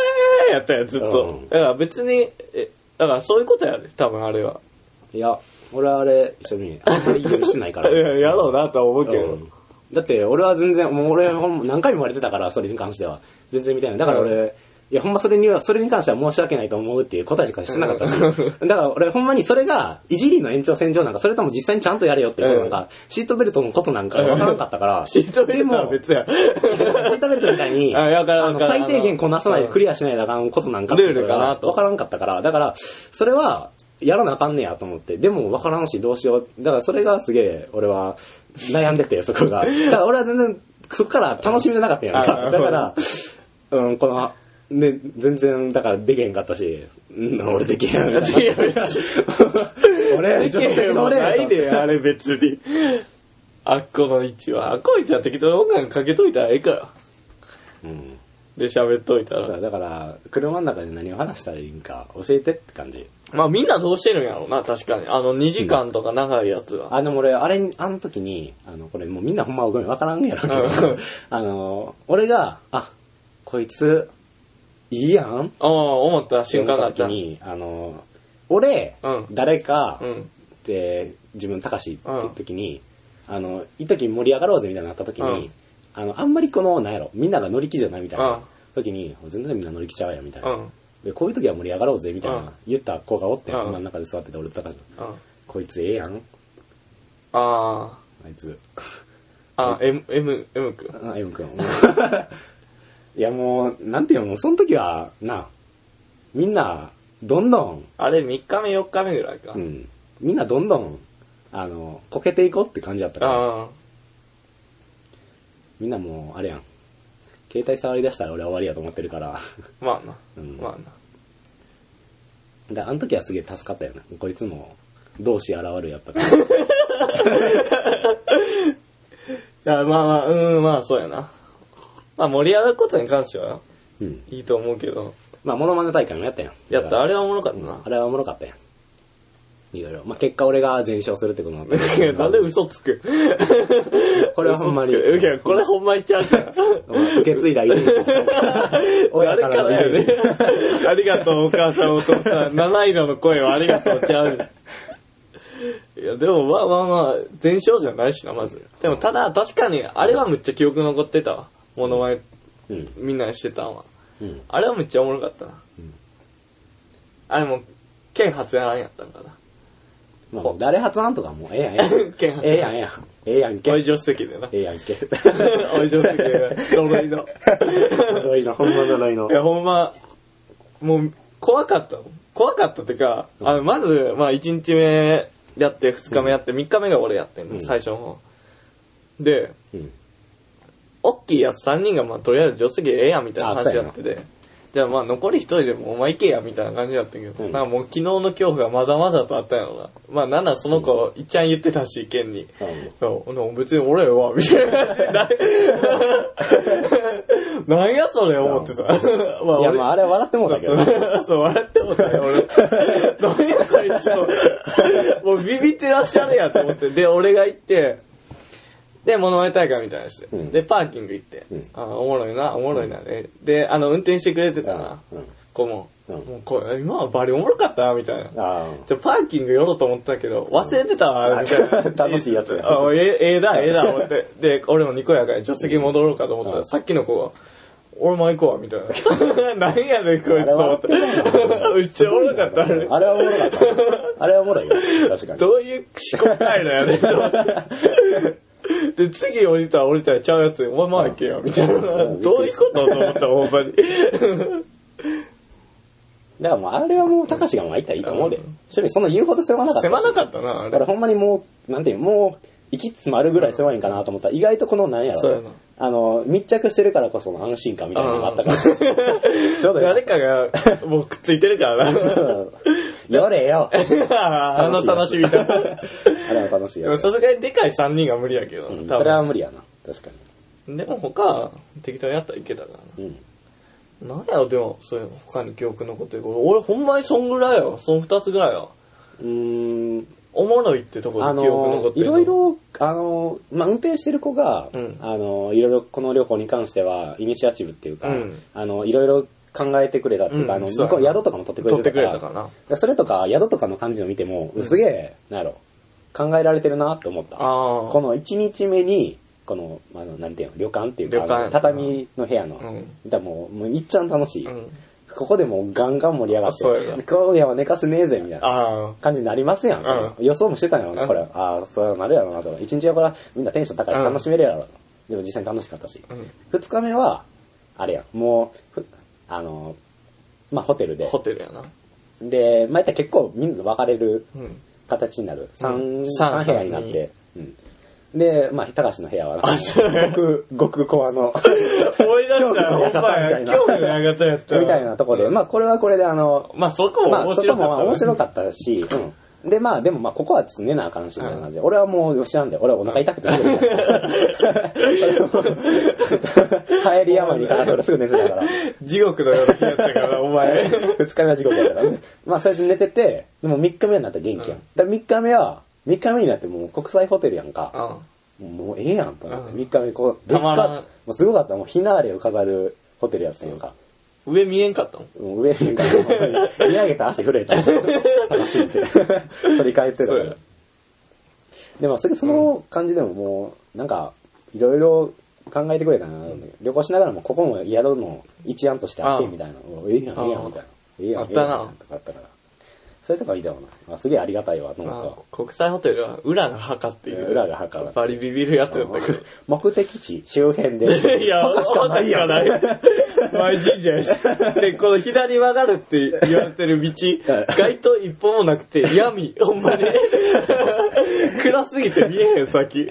Speaker 1: えーやったよ、ずっと
Speaker 2: う。ん
Speaker 1: だから別に、え、だからそういうことやで、多分あれは。
Speaker 2: いや、俺はあれ、一緒に、あんまりいいようにしてないか ら。
Speaker 1: いや、やろうなとは思うけ
Speaker 2: う
Speaker 1: ど。
Speaker 2: んだって俺は全然、もう俺ほんま何回も言われてたから、それに関しては。全然見たいな。だから俺、いやほんまそれには、それに関しては申し訳ないと思うっていう答えしかしてなかったし。だから俺ほんまにそれが、いじりの延長線上なんか、それとも実際にちゃんとやれよっていうことなんか、シートベルトのことなんかわからなかったから。
Speaker 1: シートベルト
Speaker 2: で
Speaker 1: は
Speaker 2: も
Speaker 1: 別や。
Speaker 2: シートベルトみたいに、
Speaker 1: あいやわからん
Speaker 2: あの
Speaker 1: わからん
Speaker 2: 最低限こなさないでクリアしないとあかんことなんかっていうのが
Speaker 1: ルールかなと
Speaker 2: わからんかったから、だから、それは、やらなあかんねやと思って、でもわからんしどうしよう。だからそれがすげえ、俺は悩んでて、そこが。だから俺は全然、そこから楽しみでなかったんやん
Speaker 1: あ
Speaker 2: か。だから、うん、この、ね、全然、だからでけへんかったし、うん、俺できへん。俺、
Speaker 1: いや別に
Speaker 2: 俺、女性の
Speaker 1: もう
Speaker 2: 俺。
Speaker 1: ないで、あれ別に。あっこの位置は。あっこの位置は適当に音楽かけといたらええから。
Speaker 2: うん
Speaker 1: で喋っといたら。
Speaker 2: だから、車の中で何を話したらいいんか、教えてって感じ。
Speaker 1: まあみんなどうしてるんやろうな、確かに。あの2時間とか長いやつは。
Speaker 2: あの、俺、あれに、あの時に、あの、これもうみんなほんまごめん、わからんやろうけ
Speaker 1: う
Speaker 2: ど
Speaker 1: ん、
Speaker 2: あの、俺が、あ、こいつ、いいやん
Speaker 1: ああ、思った瞬間があ
Speaker 2: 思
Speaker 1: っ
Speaker 2: 時
Speaker 1: た。
Speaker 2: に、あの、俺、
Speaker 1: うん
Speaker 2: 誰か、
Speaker 1: うん。
Speaker 2: で、自分、たかしって言った時に、あの、一時盛り上がろうぜみたいになった時に、
Speaker 1: うん
Speaker 2: あの、あんまりこの、なんやろ、みんなが乗り気じゃないみたいな、
Speaker 1: うん
Speaker 2: 時に、全然みんな乗り気ちゃうやんみたいうな、
Speaker 1: ん。うん。
Speaker 2: で、こういう時は盛り上がろうぜみたいな、
Speaker 1: うん
Speaker 2: 言った子がおって、
Speaker 1: うん
Speaker 2: 真ん中で座ってて、俺と高橋
Speaker 1: あ
Speaker 2: こいつええやん、
Speaker 1: あ。
Speaker 2: あいつ。
Speaker 1: あ、M、M、M 君。
Speaker 2: あ、M 君。 いやもう、なんていうの、その時は、な、みんな、どんどん、
Speaker 1: あれ3日目4日目ぐらいか。
Speaker 2: うん、みんなどんどん、あの、こけていこうって感じだったから、
Speaker 1: あ
Speaker 2: みんなもう、あれやん、携帯触り出したら俺は終わりやと思ってるから、
Speaker 1: あ。まあな。
Speaker 2: うん
Speaker 1: まあな。
Speaker 2: だからあの時はすげえ助かったよね。こいつも、同志現るやっ たから。
Speaker 1: いや、まあまあ、うん、まあそうやな。まあ盛り上がることに関しては
Speaker 2: うん。
Speaker 1: いいと思うけど。
Speaker 2: まあ、モノマネ大会もやったやん。
Speaker 1: やった、あ
Speaker 2: れ
Speaker 1: れはおもろかったな。
Speaker 2: あれはおもろかったやん。いろいろ。まあ、結果俺が全勝するってことになった
Speaker 1: いやなんで 嘘つく
Speaker 2: これはほんまに。
Speaker 1: 嘘つくいや、これほんまにちゃうから。
Speaker 2: 受け継いだ遺伝子。
Speaker 1: 誰からだよね。 ありがとう、お母さん、お父さん。七色の声をありがとう、ちゃう。いや、でも、まあまあまあ、全勝じゃないしな、まず。でも、ただ、確かに、あれはむっちゃ記憶残ってたわ。モノマネ、
Speaker 2: うん。
Speaker 1: みんなしてたわ。
Speaker 2: うん
Speaker 1: あれはめっちゃおもろかったな。
Speaker 2: うん
Speaker 1: あれも、県発案やったんか な。
Speaker 2: まあ、もう誰発案とかもうええやん、ええ
Speaker 1: 県
Speaker 2: やん。
Speaker 1: 発案
Speaker 2: ええやん、ええやん。ええやんけ。
Speaker 1: おい
Speaker 2: え
Speaker 1: 助手席でな。
Speaker 2: えやんけ。
Speaker 1: おい助手席でな。 呪いの。
Speaker 2: 呪いの、ほんま呪いの
Speaker 1: い。や、ほんま、もう、怖かったの。怖かったってか、あの、まず、まあ、1日目やって、2日目やって、3日目が俺やってん
Speaker 2: うん
Speaker 1: の、最初の方。で、
Speaker 2: うん。
Speaker 1: おっきいやつ3人が、まあ、とりあえず助手席ええやんみたいな
Speaker 2: あそう
Speaker 1: 話
Speaker 2: や
Speaker 1: や
Speaker 2: な
Speaker 1: ってて、じゃあまあ、残り1人でもお前行けやみたいな感じだったけど、
Speaker 2: うん
Speaker 1: なんかもう昨日の恐怖がまだまだとあったんやろな。まあ、なんならその子、いっちゃん言ってたし、県に。そう、でも別に俺は、みたいな 感じで。なんやそれ思ってた。 まあ
Speaker 2: いや、
Speaker 1: 俺
Speaker 2: まあ、あれは笑ってもうたけど。
Speaker 1: そう、笑ってもたよ、俺。何や、こいつも。もうビビってらっしゃるやと思って。で、俺が行って、で、物前大会みたいなして。
Speaker 2: うん
Speaker 1: で、パーキング行って。
Speaker 2: うん
Speaker 1: あおもろいな、おもろいな、ねで、あの、運転してくれてたな、
Speaker 2: うんうん
Speaker 1: 子も。
Speaker 2: うん
Speaker 1: もうこう、今はバリおもろかったなみたいな。
Speaker 2: あ
Speaker 1: じゃあパーキング寄ろうと思ったけど、忘れてたわ、みたいな。
Speaker 2: 楽しいやつや
Speaker 1: あ、えええだ、ええだ、思って。で、俺もにこやかに助手席戻ろうかと思った
Speaker 2: うん
Speaker 1: ら、さっきの子が、俺も行こうわ、みたいな。 何やねん、こいつと思って。うっちゃおもろかった、あれ
Speaker 2: あ。あれはおもろかった。あれはおもろいよ。確かに。
Speaker 1: どういう思考回路やねんと思って。で、次降りたら降りたらちゃうやつ、お前まだ行けよ、みたいな。
Speaker 2: うん
Speaker 1: どういうことと思った、ほんま に。
Speaker 2: だからもう、あれはもう、高志がまあいたらいいと思うで。正味そんな言うほど狭なかったし。
Speaker 1: 狭なかったな、あ
Speaker 2: だか
Speaker 1: れ
Speaker 2: ら。ほんまにもう、なんていうのもう、息詰まるぐらい狭いんかなと思ったら、意外とこのなんやろ。
Speaker 1: そうやな
Speaker 2: あの、密着してるからこその安心感みたいなのがあったから。 ちょうど
Speaker 1: 誰かが、もうくっついてるからな。
Speaker 2: よれよ。
Speaker 1: あの楽しみ だ。
Speaker 2: あれは楽しい
Speaker 1: で
Speaker 2: や
Speaker 1: も
Speaker 2: つ。
Speaker 1: さすがにでかい3人が無理やけど、
Speaker 2: うん
Speaker 1: 多
Speaker 2: それは
Speaker 1: 分。
Speaker 2: 無理やな。確か
Speaker 1: でも他は適当にやったらいけたから
Speaker 2: に。うん。
Speaker 1: な。なんやろ、でも、そういう他に記憶残ってること。俺ほんまにそんぐらいよ。その2つぐらいよ。
Speaker 2: うーん。
Speaker 1: おもろいってとこ
Speaker 2: あ
Speaker 1: で記憶残
Speaker 2: の
Speaker 1: っ、て
Speaker 2: い
Speaker 1: るの。
Speaker 2: ろいろ、あの、まあ、運転してる子が、
Speaker 1: うん
Speaker 2: あの、いろいろこの旅行に関しては、イニシアチブっていうか、
Speaker 1: うん
Speaker 2: あの、いろいろ考えてくれたっていう
Speaker 1: う
Speaker 2: か、
Speaker 1: ん
Speaker 2: あの、
Speaker 1: そう
Speaker 2: 向
Speaker 1: やな
Speaker 2: こう宿とかも取ってくれ
Speaker 1: 取って
Speaker 2: た
Speaker 1: く
Speaker 2: か
Speaker 1: れ
Speaker 2: ら、
Speaker 1: たかな。
Speaker 2: でそれとか、宿とかの感じを見ても、すげえ、なんやろ、考えられてるなって思った。
Speaker 1: あ
Speaker 2: こ
Speaker 1: あ。
Speaker 2: の1日目に、この、あの、なんていうの、旅館っていうか、
Speaker 1: 旅館
Speaker 2: あの畳の部屋の、
Speaker 1: うん
Speaker 2: だからもう、もういっちゃん楽しい。
Speaker 1: うん
Speaker 2: ここでもうガンガン盛り上が
Speaker 1: あそうや
Speaker 2: っ
Speaker 1: な
Speaker 2: て、今夜は寝かせねえぜ、みたいな。
Speaker 1: あ
Speaker 2: 感じになりますやん。
Speaker 1: う
Speaker 2: 予想もしてたんやろな、
Speaker 1: うん
Speaker 2: これ。ああ、そうなるやろなと。一日はこれはみんなテンション高いし
Speaker 1: うん
Speaker 2: 楽しめるやろな。でも実際に楽しかったし。
Speaker 1: あ。うん。
Speaker 2: 二日目は、あれやん、もう、ふあの、まあホテルで
Speaker 1: ホ。テルやな。
Speaker 2: で、まあ、ったら結構みんなで分かれる
Speaker 1: うん。
Speaker 2: 形になる。三、
Speaker 1: うん
Speaker 2: 三部屋になって。うん。で、まあ、高橋の部屋は、極、極コ アの、
Speaker 1: 思い出したら、ほんまや。
Speaker 2: 興
Speaker 1: 興
Speaker 2: 味
Speaker 1: 味
Speaker 2: の
Speaker 1: の上がったやった。
Speaker 2: みたいなとこで、まあ、これはこれであの、
Speaker 1: まあそこ
Speaker 2: ま
Speaker 1: も
Speaker 2: あ、
Speaker 1: 面
Speaker 2: そこ
Speaker 1: 白か
Speaker 2: もま
Speaker 1: った
Speaker 2: あ
Speaker 1: ね。
Speaker 2: 面白かったし、うん。で、まあ、でもまあ、ここはちょっと寝なあかんし、みたいな感じで。俺はもう、知らんで、俺はお腹痛くて寝れない。 帰り山にかかって俺すぐ寝てたから。
Speaker 1: 地獄のような日やったから、お前。
Speaker 2: 二日目は地獄やからね。まあ、それで寝てて、でも三日目になったら元気やん。だ3日目は、三日目になってもう国際ホテルやんか。
Speaker 1: うん。
Speaker 2: もうええやんと思って、
Speaker 1: うん
Speaker 2: 3日目こう、でった
Speaker 1: まらん
Speaker 2: か、もうすごかった、もうひなあれを飾るホテルやったんやんか。
Speaker 1: 上見えんかったもん。
Speaker 2: もう上にから見上げた足震えた。高すぎて。反り返って
Speaker 1: そう
Speaker 2: る
Speaker 1: や。
Speaker 2: でも、それその感じでももう、なんか、いろいろ考えてくれたな、旅行しながらも、ここも宿の一案としてあって、
Speaker 1: ああ
Speaker 2: みたいな。おええやん、ええやん、みたいな。ええやん、
Speaker 1: あったな
Speaker 2: ええやんとかあったから。それとかいいだろうな。あすげえありがたいわ、と思った
Speaker 1: あ国際ホテルは裏が墓っていう。
Speaker 2: 裏が墓だ
Speaker 1: バリビビるやつだったけど。
Speaker 2: 目的地周辺で。
Speaker 1: いや、
Speaker 2: 墓しかないやん。
Speaker 1: ない。前神社やし。で、この左曲がるって言われてる道、街灯一本もなくて闇、ほんまに。暗すぎて見えへん、先。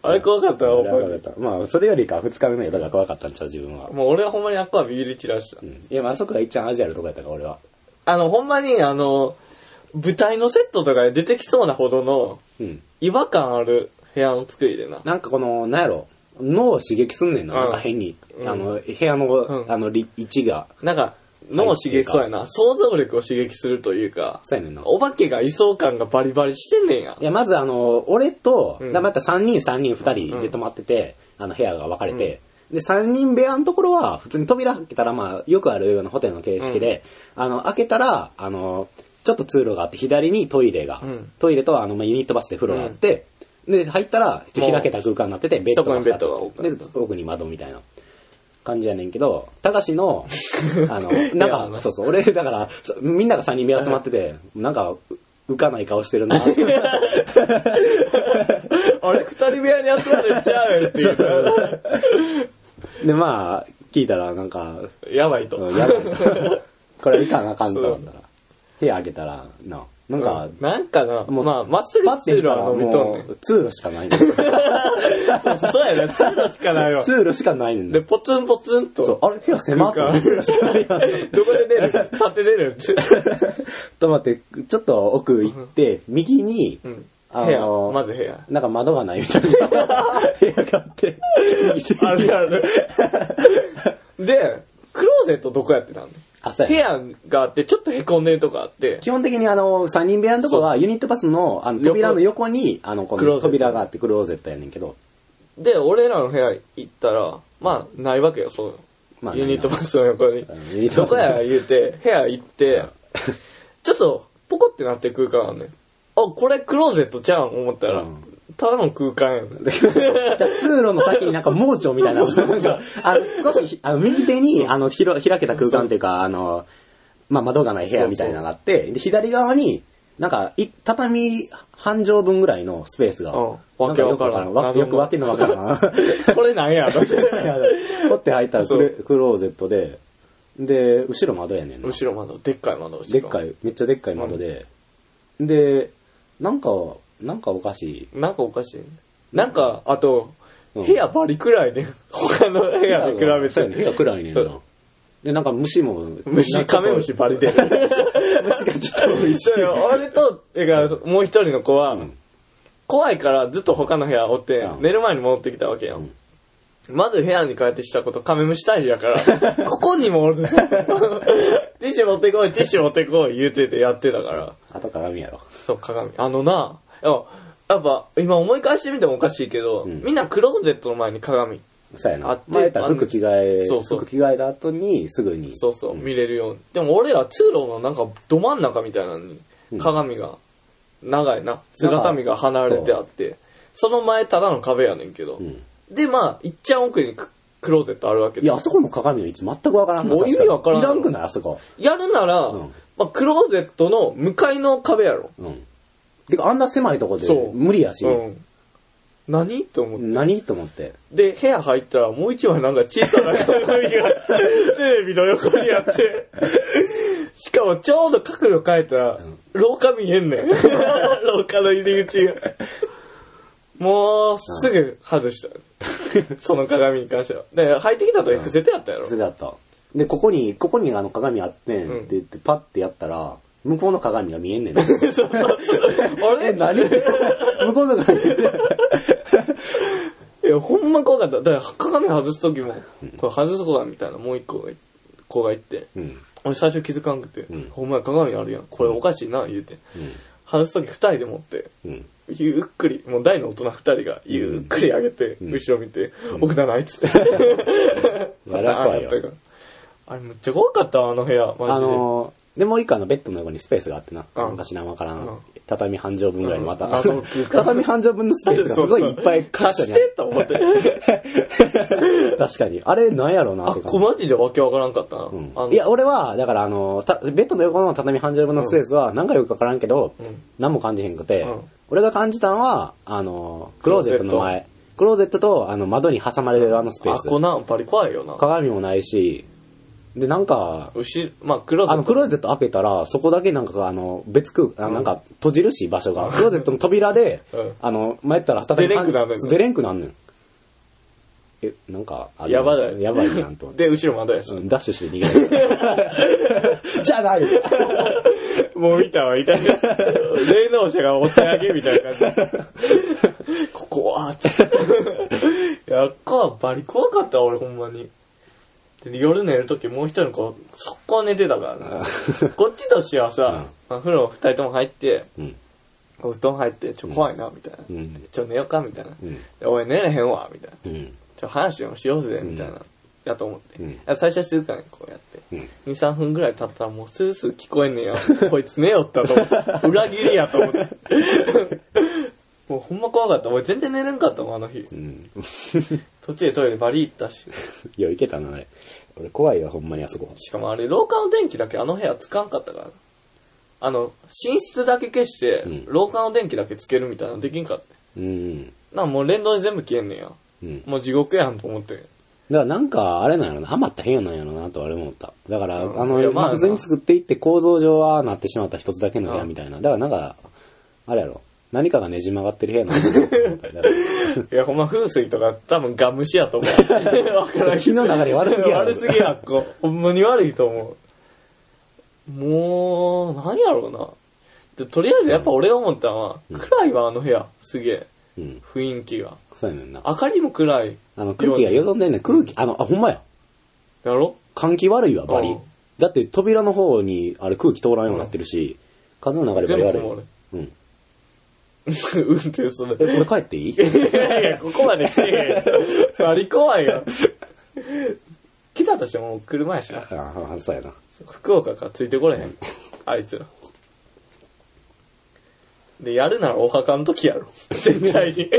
Speaker 1: あれ怖かったわ、ほんまに。
Speaker 2: まあ、それよりか2日目の宿が怖かったんちゃう、自分は。
Speaker 1: もう俺はほんまにあっこはビビり散らした
Speaker 2: う。んいや、まああそこが一番アジアのとこやったから、俺は。
Speaker 1: あの、ほんまに、あの、舞台のセットとかで出てきそうなほどの
Speaker 2: うん。
Speaker 1: 違和感ある部屋の作りでな。
Speaker 2: なんかこの、なんやろ、脳を刺激すんねんな、
Speaker 1: うん
Speaker 2: なんか変に。
Speaker 1: うん
Speaker 2: あの、部屋の、
Speaker 1: うん
Speaker 2: あの、り位置が。
Speaker 1: なんか、脳を刺激そうやな。想像力を刺激するというか、
Speaker 2: そうやねんな。
Speaker 1: お化けがいそう感がバリバリしてんねんや
Speaker 2: い。や、まずあの、俺と、
Speaker 1: うん
Speaker 2: だまた3人、3人、2人で泊まってて、あの、部屋が分かれて、で、3人部屋のところは、普通に扉開けたら、まあ、よくあるようなホテルの形式で、あの、開けたら、あの、ちょっと通路があって、左にトイレが、
Speaker 1: うん
Speaker 2: トイレと、あの、まあ、ユニットバスで風呂があって、で、入ったら、ちょっと開けた空間になってて、ベッド
Speaker 1: そこにベッドが
Speaker 2: が
Speaker 1: 多く
Speaker 2: で、奥に窓みたいな。感じやねんけど、たかし の、あの、ないん
Speaker 1: や
Speaker 2: か、そうそう、俺、だから、そみんなが3人目集まってて、なんか、う浮かない顔してるな。
Speaker 1: あれ、二人部屋に集まるんちゃうっていう。
Speaker 2: で、まあ、聞いたら、なんか、
Speaker 1: やばいと。
Speaker 2: うんやばい なこれいかんあかんと思ったら、部屋開けたら、な、なんか、
Speaker 1: なんかな、
Speaker 2: もう
Speaker 1: まあ、まっすぐ
Speaker 2: パッ
Speaker 1: 通
Speaker 2: て
Speaker 1: 路
Speaker 2: 見た
Speaker 1: は
Speaker 2: ら
Speaker 1: 伸びとんね
Speaker 2: も
Speaker 1: ん。
Speaker 2: う通路しかないねん
Speaker 1: そうやな、通路しかないわ。
Speaker 2: 通路しかないねん
Speaker 1: で、
Speaker 2: な
Speaker 1: ポツンポツン
Speaker 2: そう
Speaker 1: と。
Speaker 2: あれ部屋狭っと思って通路しかないや ん
Speaker 1: どこで出る立って出る
Speaker 2: と思って、ちょっと奥行って、右に、
Speaker 1: うん
Speaker 2: あ
Speaker 1: 部屋
Speaker 2: の、
Speaker 1: まず部屋
Speaker 2: なんか窓がないみたい な部屋があって、
Speaker 1: あるあ る。で、クローゼットどこやってたの
Speaker 2: あそう
Speaker 1: 部
Speaker 2: や
Speaker 1: 屋があって、ちょっと凹んでるとこあって、
Speaker 2: 基本的にあの、3人部屋のとこは、ユニットバスのあの扉の横に、あの、こ
Speaker 1: クローゼッ
Speaker 2: の
Speaker 1: ト
Speaker 2: 扉があってクローゼットやねんけど、
Speaker 1: で、俺らの部屋行ったら、まあ、ないわけよ、そう。
Speaker 2: まあ
Speaker 1: ユニットバスの横に
Speaker 2: うんユニッ。ト
Speaker 1: ど
Speaker 2: バス
Speaker 1: こや言うて、部屋行って、ちょっと、ポコってなってる空間あんねん。あ、これクローゼットちゃうん思ったら
Speaker 2: うん、
Speaker 1: ただの空間やねん。
Speaker 2: じゃあ通路の先になんか盲腸みたいな、なんかあの少し、あの右手にあのひろ開けた空間っていうか、あの、まあ、窓がない部屋みたいなのがあって、で左側に、なんかい、畳半畳分ぐらいのスペースが、
Speaker 1: うん
Speaker 2: なんかよくわからん。わよくわ
Speaker 1: わ
Speaker 2: け
Speaker 1: けの
Speaker 2: のわ
Speaker 1: わ
Speaker 2: か
Speaker 1: からら
Speaker 2: ん。
Speaker 1: これなん やろ
Speaker 2: 掘って入ったらクレ
Speaker 1: そ
Speaker 2: クローゼットで、で、後ろ窓やねんな。
Speaker 1: 後ろ窓、でっかい窓。
Speaker 2: でっか
Speaker 1: い。
Speaker 2: い、めっちゃでっかい窓で、で、なんか、なんかおかしい。
Speaker 1: なんかおかしいね。なんか、あと、
Speaker 2: う
Speaker 1: 部
Speaker 2: ん
Speaker 1: 屋バリくらいね。他の部屋で比べ
Speaker 2: そうや
Speaker 1: て。
Speaker 2: ね部屋暗いねんな。で、なんか虫も、
Speaker 1: 虫、カメムシバリで。
Speaker 2: 虫がちょっと多いし
Speaker 1: そうよ俺と、てか、もう一人の子は、
Speaker 2: ん
Speaker 1: 怖いからずっと他の部屋おって、
Speaker 2: うん
Speaker 1: 寝る前に戻ってきたわけや、ん。まず部屋に帰ってしたこと、カメムシ退治やから、 ここにもおるティッシュ持ってこい、ティッシュ持ってこい、言うててやってたから。
Speaker 2: あと鏡やろ。
Speaker 1: そう、鏡。あのな、いややっぱ、今思い返してみてもおかしいけど、
Speaker 2: ん
Speaker 1: みんなクローゼットの前に鏡。
Speaker 2: そうやな。
Speaker 1: あって
Speaker 2: 前やったら服着替え、
Speaker 1: そうそう
Speaker 2: 服着替えた後にすぐに。
Speaker 1: そうそう、見れるように。でも俺ら通路のなんかど真ん中みたいなのに、鏡が、長いな、姿見が離れてあって、その前ただの壁やねんけど、
Speaker 2: ん
Speaker 1: で、まあ、いっちゃん奥にククローゼットあるわけ
Speaker 2: い
Speaker 1: で
Speaker 2: や、あそこの鏡の位置全くわからんな
Speaker 1: もう
Speaker 2: 確
Speaker 1: 意味わからん
Speaker 2: いらんくないあそこ。
Speaker 1: やるなら、
Speaker 2: ん
Speaker 1: まあ、クローゼットの向かいの壁やろ。
Speaker 2: うん。てか、あんな狭いとこで
Speaker 1: そう
Speaker 2: 無理やし、
Speaker 1: うん。何と思って。
Speaker 2: 何と思って。
Speaker 1: で、部屋入ったらもう一枚なんか小さな 鏡がテレビの横にあって、しかもちょうど角度変えたら、廊下見えんね ん。廊下の入り口が。もうすぐ外 した。その鏡に関しては。で、入ってきた時伏せてあったやろ
Speaker 2: そ。れだった。で、ここに、ここにあの鏡あってんって言って、パッてやったら、向こうの鏡が見えんねんな。
Speaker 1: そうそうあれ
Speaker 2: え、何 向こうの鏡
Speaker 1: いや、ほんま怖かった。だから鏡外す時も、これ外す子だみたいな、もう一個が子が言って。
Speaker 2: うん。
Speaker 1: 俺最初気づかんくて、
Speaker 2: ん
Speaker 1: ほんまや鏡あるやん。これおかしいな、言うて。外すとき二人で持って、
Speaker 2: うん。
Speaker 1: ゆっくり、もう大の大人二人がゆっくり上げて、後ろ見て、奥ならいっつって。
Speaker 2: やら怖い
Speaker 1: あ
Speaker 2: よ
Speaker 1: ったからあれめっちゃ怖かったわあの部屋、マジで。
Speaker 2: あのー、でもう一個あのベッドの横にスペースがあってな。
Speaker 1: うん
Speaker 2: なんか知らんわから
Speaker 1: うん
Speaker 2: ん。畳半畳分ぐらいのまた
Speaker 1: うんあそう。
Speaker 2: 畳半畳分のスペースがすごいいっぱい各
Speaker 1: 貸
Speaker 2: 所
Speaker 1: し
Speaker 2: にあ
Speaker 1: て
Speaker 2: る。
Speaker 1: と思って。
Speaker 2: 確かに。あれなんやろうな
Speaker 1: あ
Speaker 2: っ
Speaker 1: ってこ
Speaker 2: 感じ。
Speaker 1: マジでわけわからんかったな。
Speaker 2: うん
Speaker 1: あの
Speaker 2: いや、俺は、だからあのー、たベッドの横の畳半畳分のスペースは、なんかよくわからんけど、何も感じへんくて
Speaker 1: うん、
Speaker 2: 俺が感じたのは、あのー、クローゼットの
Speaker 1: クローゼ
Speaker 2: 前。クローゼットと、あの、窓に挟まれてるあのスペー
Speaker 1: あ、
Speaker 2: ス。
Speaker 1: こな、やっぱり怖いよな。
Speaker 2: 鏡もないし、で、なんか、
Speaker 1: 後ろ、まあ、クローゼ
Speaker 2: あ
Speaker 1: ッ
Speaker 2: の、
Speaker 1: ト。
Speaker 2: クローゼット開けたら、そこだけなんか、あの、別空間、あなんか、閉じるし、場所が。クローゼットの扉で
Speaker 1: うん、
Speaker 2: あの、前やったら、畳
Speaker 1: 出れんくなんねん
Speaker 2: 半出れんくなんねん。え、なんか、あの
Speaker 1: やばだよ。
Speaker 2: やばいなんと思っ て。
Speaker 1: で、後ろ窓やし
Speaker 2: う。んダッシュして逃げ る。じゃない
Speaker 1: もう見たわ、み たいな。霊能者がお手上げみたいな感じ。ここは、つ って。やっか、バリ怖かった、俺、ほんまに。で夜寝るとき、もう一人の子、速攻寝てたからな。こっちとしてはさ、まあ風呂二人とも入って、
Speaker 2: うん。
Speaker 1: お布団入って、ちょ、怖いな、みたいな。
Speaker 2: うん。
Speaker 1: ちょ、寝ようか、みたいな。
Speaker 2: うん。
Speaker 1: で俺、寝れへんわ、みたいな。
Speaker 2: うん。
Speaker 1: ちょ、話でもしようぜ、みたいな。やと思って。
Speaker 2: うん
Speaker 1: いや最初は静かにこうやって。
Speaker 2: うん。
Speaker 1: 2、3分ぐらい経ったらもうスースー聞こえんねや。こいつ寝よったと思って。裏切りやと思って。もうほんま怖かった。俺全然寝れんかったもん、あの日
Speaker 2: う。ん。
Speaker 1: 途中でトイレバリ行ったし。
Speaker 2: いや、いけたな、あれ。俺怖いわ、ほんまにあそこ。
Speaker 1: しかもあれ、廊下の電気だけあの部屋つかんかったからな。あの、寝室だけ消して、
Speaker 2: ん
Speaker 1: 廊下の電気だけつけるみたいなのできんかった。
Speaker 2: うん。
Speaker 1: なんかもう連動で全部消えんねんや。
Speaker 2: うん。
Speaker 1: もう地獄やんと思って。
Speaker 2: だからなんか、あれなんやろな、ハマった部屋なんやろなと俺も思った。だから、
Speaker 1: うん
Speaker 2: あ
Speaker 1: いや
Speaker 2: の、
Speaker 1: まあ
Speaker 2: まあ、普通に作っていって構造上はなってしまった一つだけの部屋みたいな。だからなんか、あれやろ、何かがねじ曲がってる部屋なんだと思っ た。だか
Speaker 1: い
Speaker 2: ら
Speaker 1: や、ほんま風水とか多分ガムシやと思 う。わからんけ
Speaker 2: 火
Speaker 1: ど
Speaker 2: の流れ悪すぎやろ。
Speaker 1: 悪すぎやっこ。ほんまに悪いと思う。もう、なんやろうな。でとりあえずやっぱ俺が思ったのは、暗いわ、あの部屋。すげえ。
Speaker 2: うん。
Speaker 1: 雰囲気が。
Speaker 2: そうやねんな。
Speaker 1: 明かりも暗い。
Speaker 2: あの、空気がよどんでんねん。空気、あの、あ、ほんまや。
Speaker 1: やろ
Speaker 2: 換気悪いわ、バ
Speaker 1: う
Speaker 2: リ
Speaker 1: ん。
Speaker 2: だって扉の方に、あれ空気通らんようになってるし、風の流れバリ悪
Speaker 1: 全部こもる
Speaker 2: い。うん。
Speaker 1: 運転す る。
Speaker 2: え、これ帰っていい
Speaker 1: いやいや、ここまで来てへんやん。あり怖いよ。来たとしてももう車やしな。
Speaker 2: ああ、そうやな。
Speaker 1: 福岡からついてこれへん。あいつら。で、やるならお墓の時や ろ。絶対に。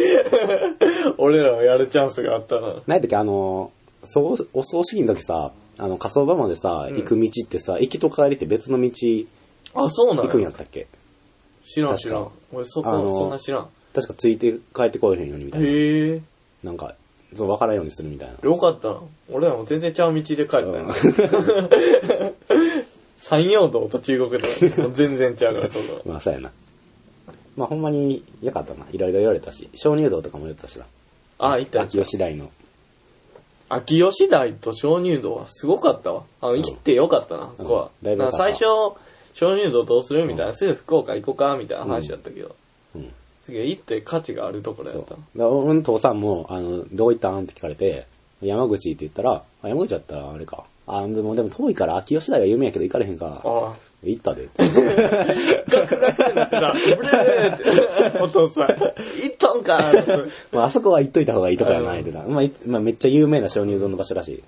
Speaker 1: 俺らはやるチャンスがあったなら。
Speaker 2: ない時あのそうお葬式の時さあの火葬場までさ、行く道ってさ行きと帰りって別の道
Speaker 1: あ、そうな
Speaker 2: 行くん
Speaker 1: の
Speaker 2: やったっけ
Speaker 1: 知らん知らん
Speaker 2: 確。
Speaker 1: 俺そ
Speaker 2: あ
Speaker 1: こ、
Speaker 2: の
Speaker 1: そんな知らん。
Speaker 2: 確かついて帰ってこえへんようにみたいな
Speaker 1: へえ。
Speaker 2: なんかそう分からんようにするみたいな
Speaker 1: よかったな。俺らも全然ちゃう道で帰ったよ、山陽道と中国道。もう全然ちゃうから、そこは。
Speaker 2: まあそうやなまあほんまによかったないろいろ言われたし鍾乳洞とかも言ったしな
Speaker 1: あ、行った
Speaker 2: 秋吉台の
Speaker 1: 秋吉台と鍾乳洞はすごかったわ。あの、生きてよかったな、ここは。
Speaker 2: だいぶ
Speaker 1: な
Speaker 2: よ
Speaker 1: ん
Speaker 2: か
Speaker 1: か
Speaker 2: った
Speaker 1: 最初、鍾乳洞どうするみたいな、すぐ福岡行こうか、みたいな話だったけど。
Speaker 2: うん
Speaker 1: すげえ行って価値があるところや
Speaker 2: そう
Speaker 1: っ
Speaker 2: だ
Speaker 1: た
Speaker 2: か。ら俺の父さんもあの「どう行ったん?」って聞かれて「山口」って言ったら「あ山口だったらあれかあでもでも遠いから秋吉台は有名やけど行かれへんか
Speaker 1: ああ。
Speaker 2: 行ったで」って
Speaker 1: だブレーって、お父さん。行っとんか
Speaker 2: まあ、あそこは行っといた方がいいとかやないでな。まあ、いまあ、めっちゃ有名な鍾乳洞の場所らし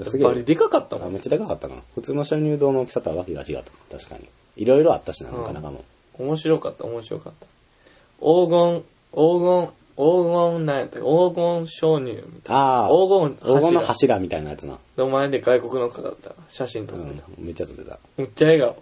Speaker 2: い。 すげ
Speaker 1: バリ
Speaker 2: え。
Speaker 1: でかかったも
Speaker 2: あ
Speaker 1: ん。
Speaker 2: めっちゃ高かったな。普通の鍾乳洞の大きさとはわけが違った。確かに。いろいろあったしな、
Speaker 1: うん
Speaker 2: なかなかも。
Speaker 1: 面白かった、面白かった。黄金、黄金、黄金なんやったっけ黄金鍾乳みたい
Speaker 2: ああ、
Speaker 1: な。黄金
Speaker 2: 黄金の
Speaker 1: 柱。
Speaker 2: 柱みたいなやつな。
Speaker 1: で、お前で外国の方だったら写真撮
Speaker 2: う
Speaker 1: ってた
Speaker 2: ん。めっちゃ撮ってた。
Speaker 1: むっちゃ笑 顔。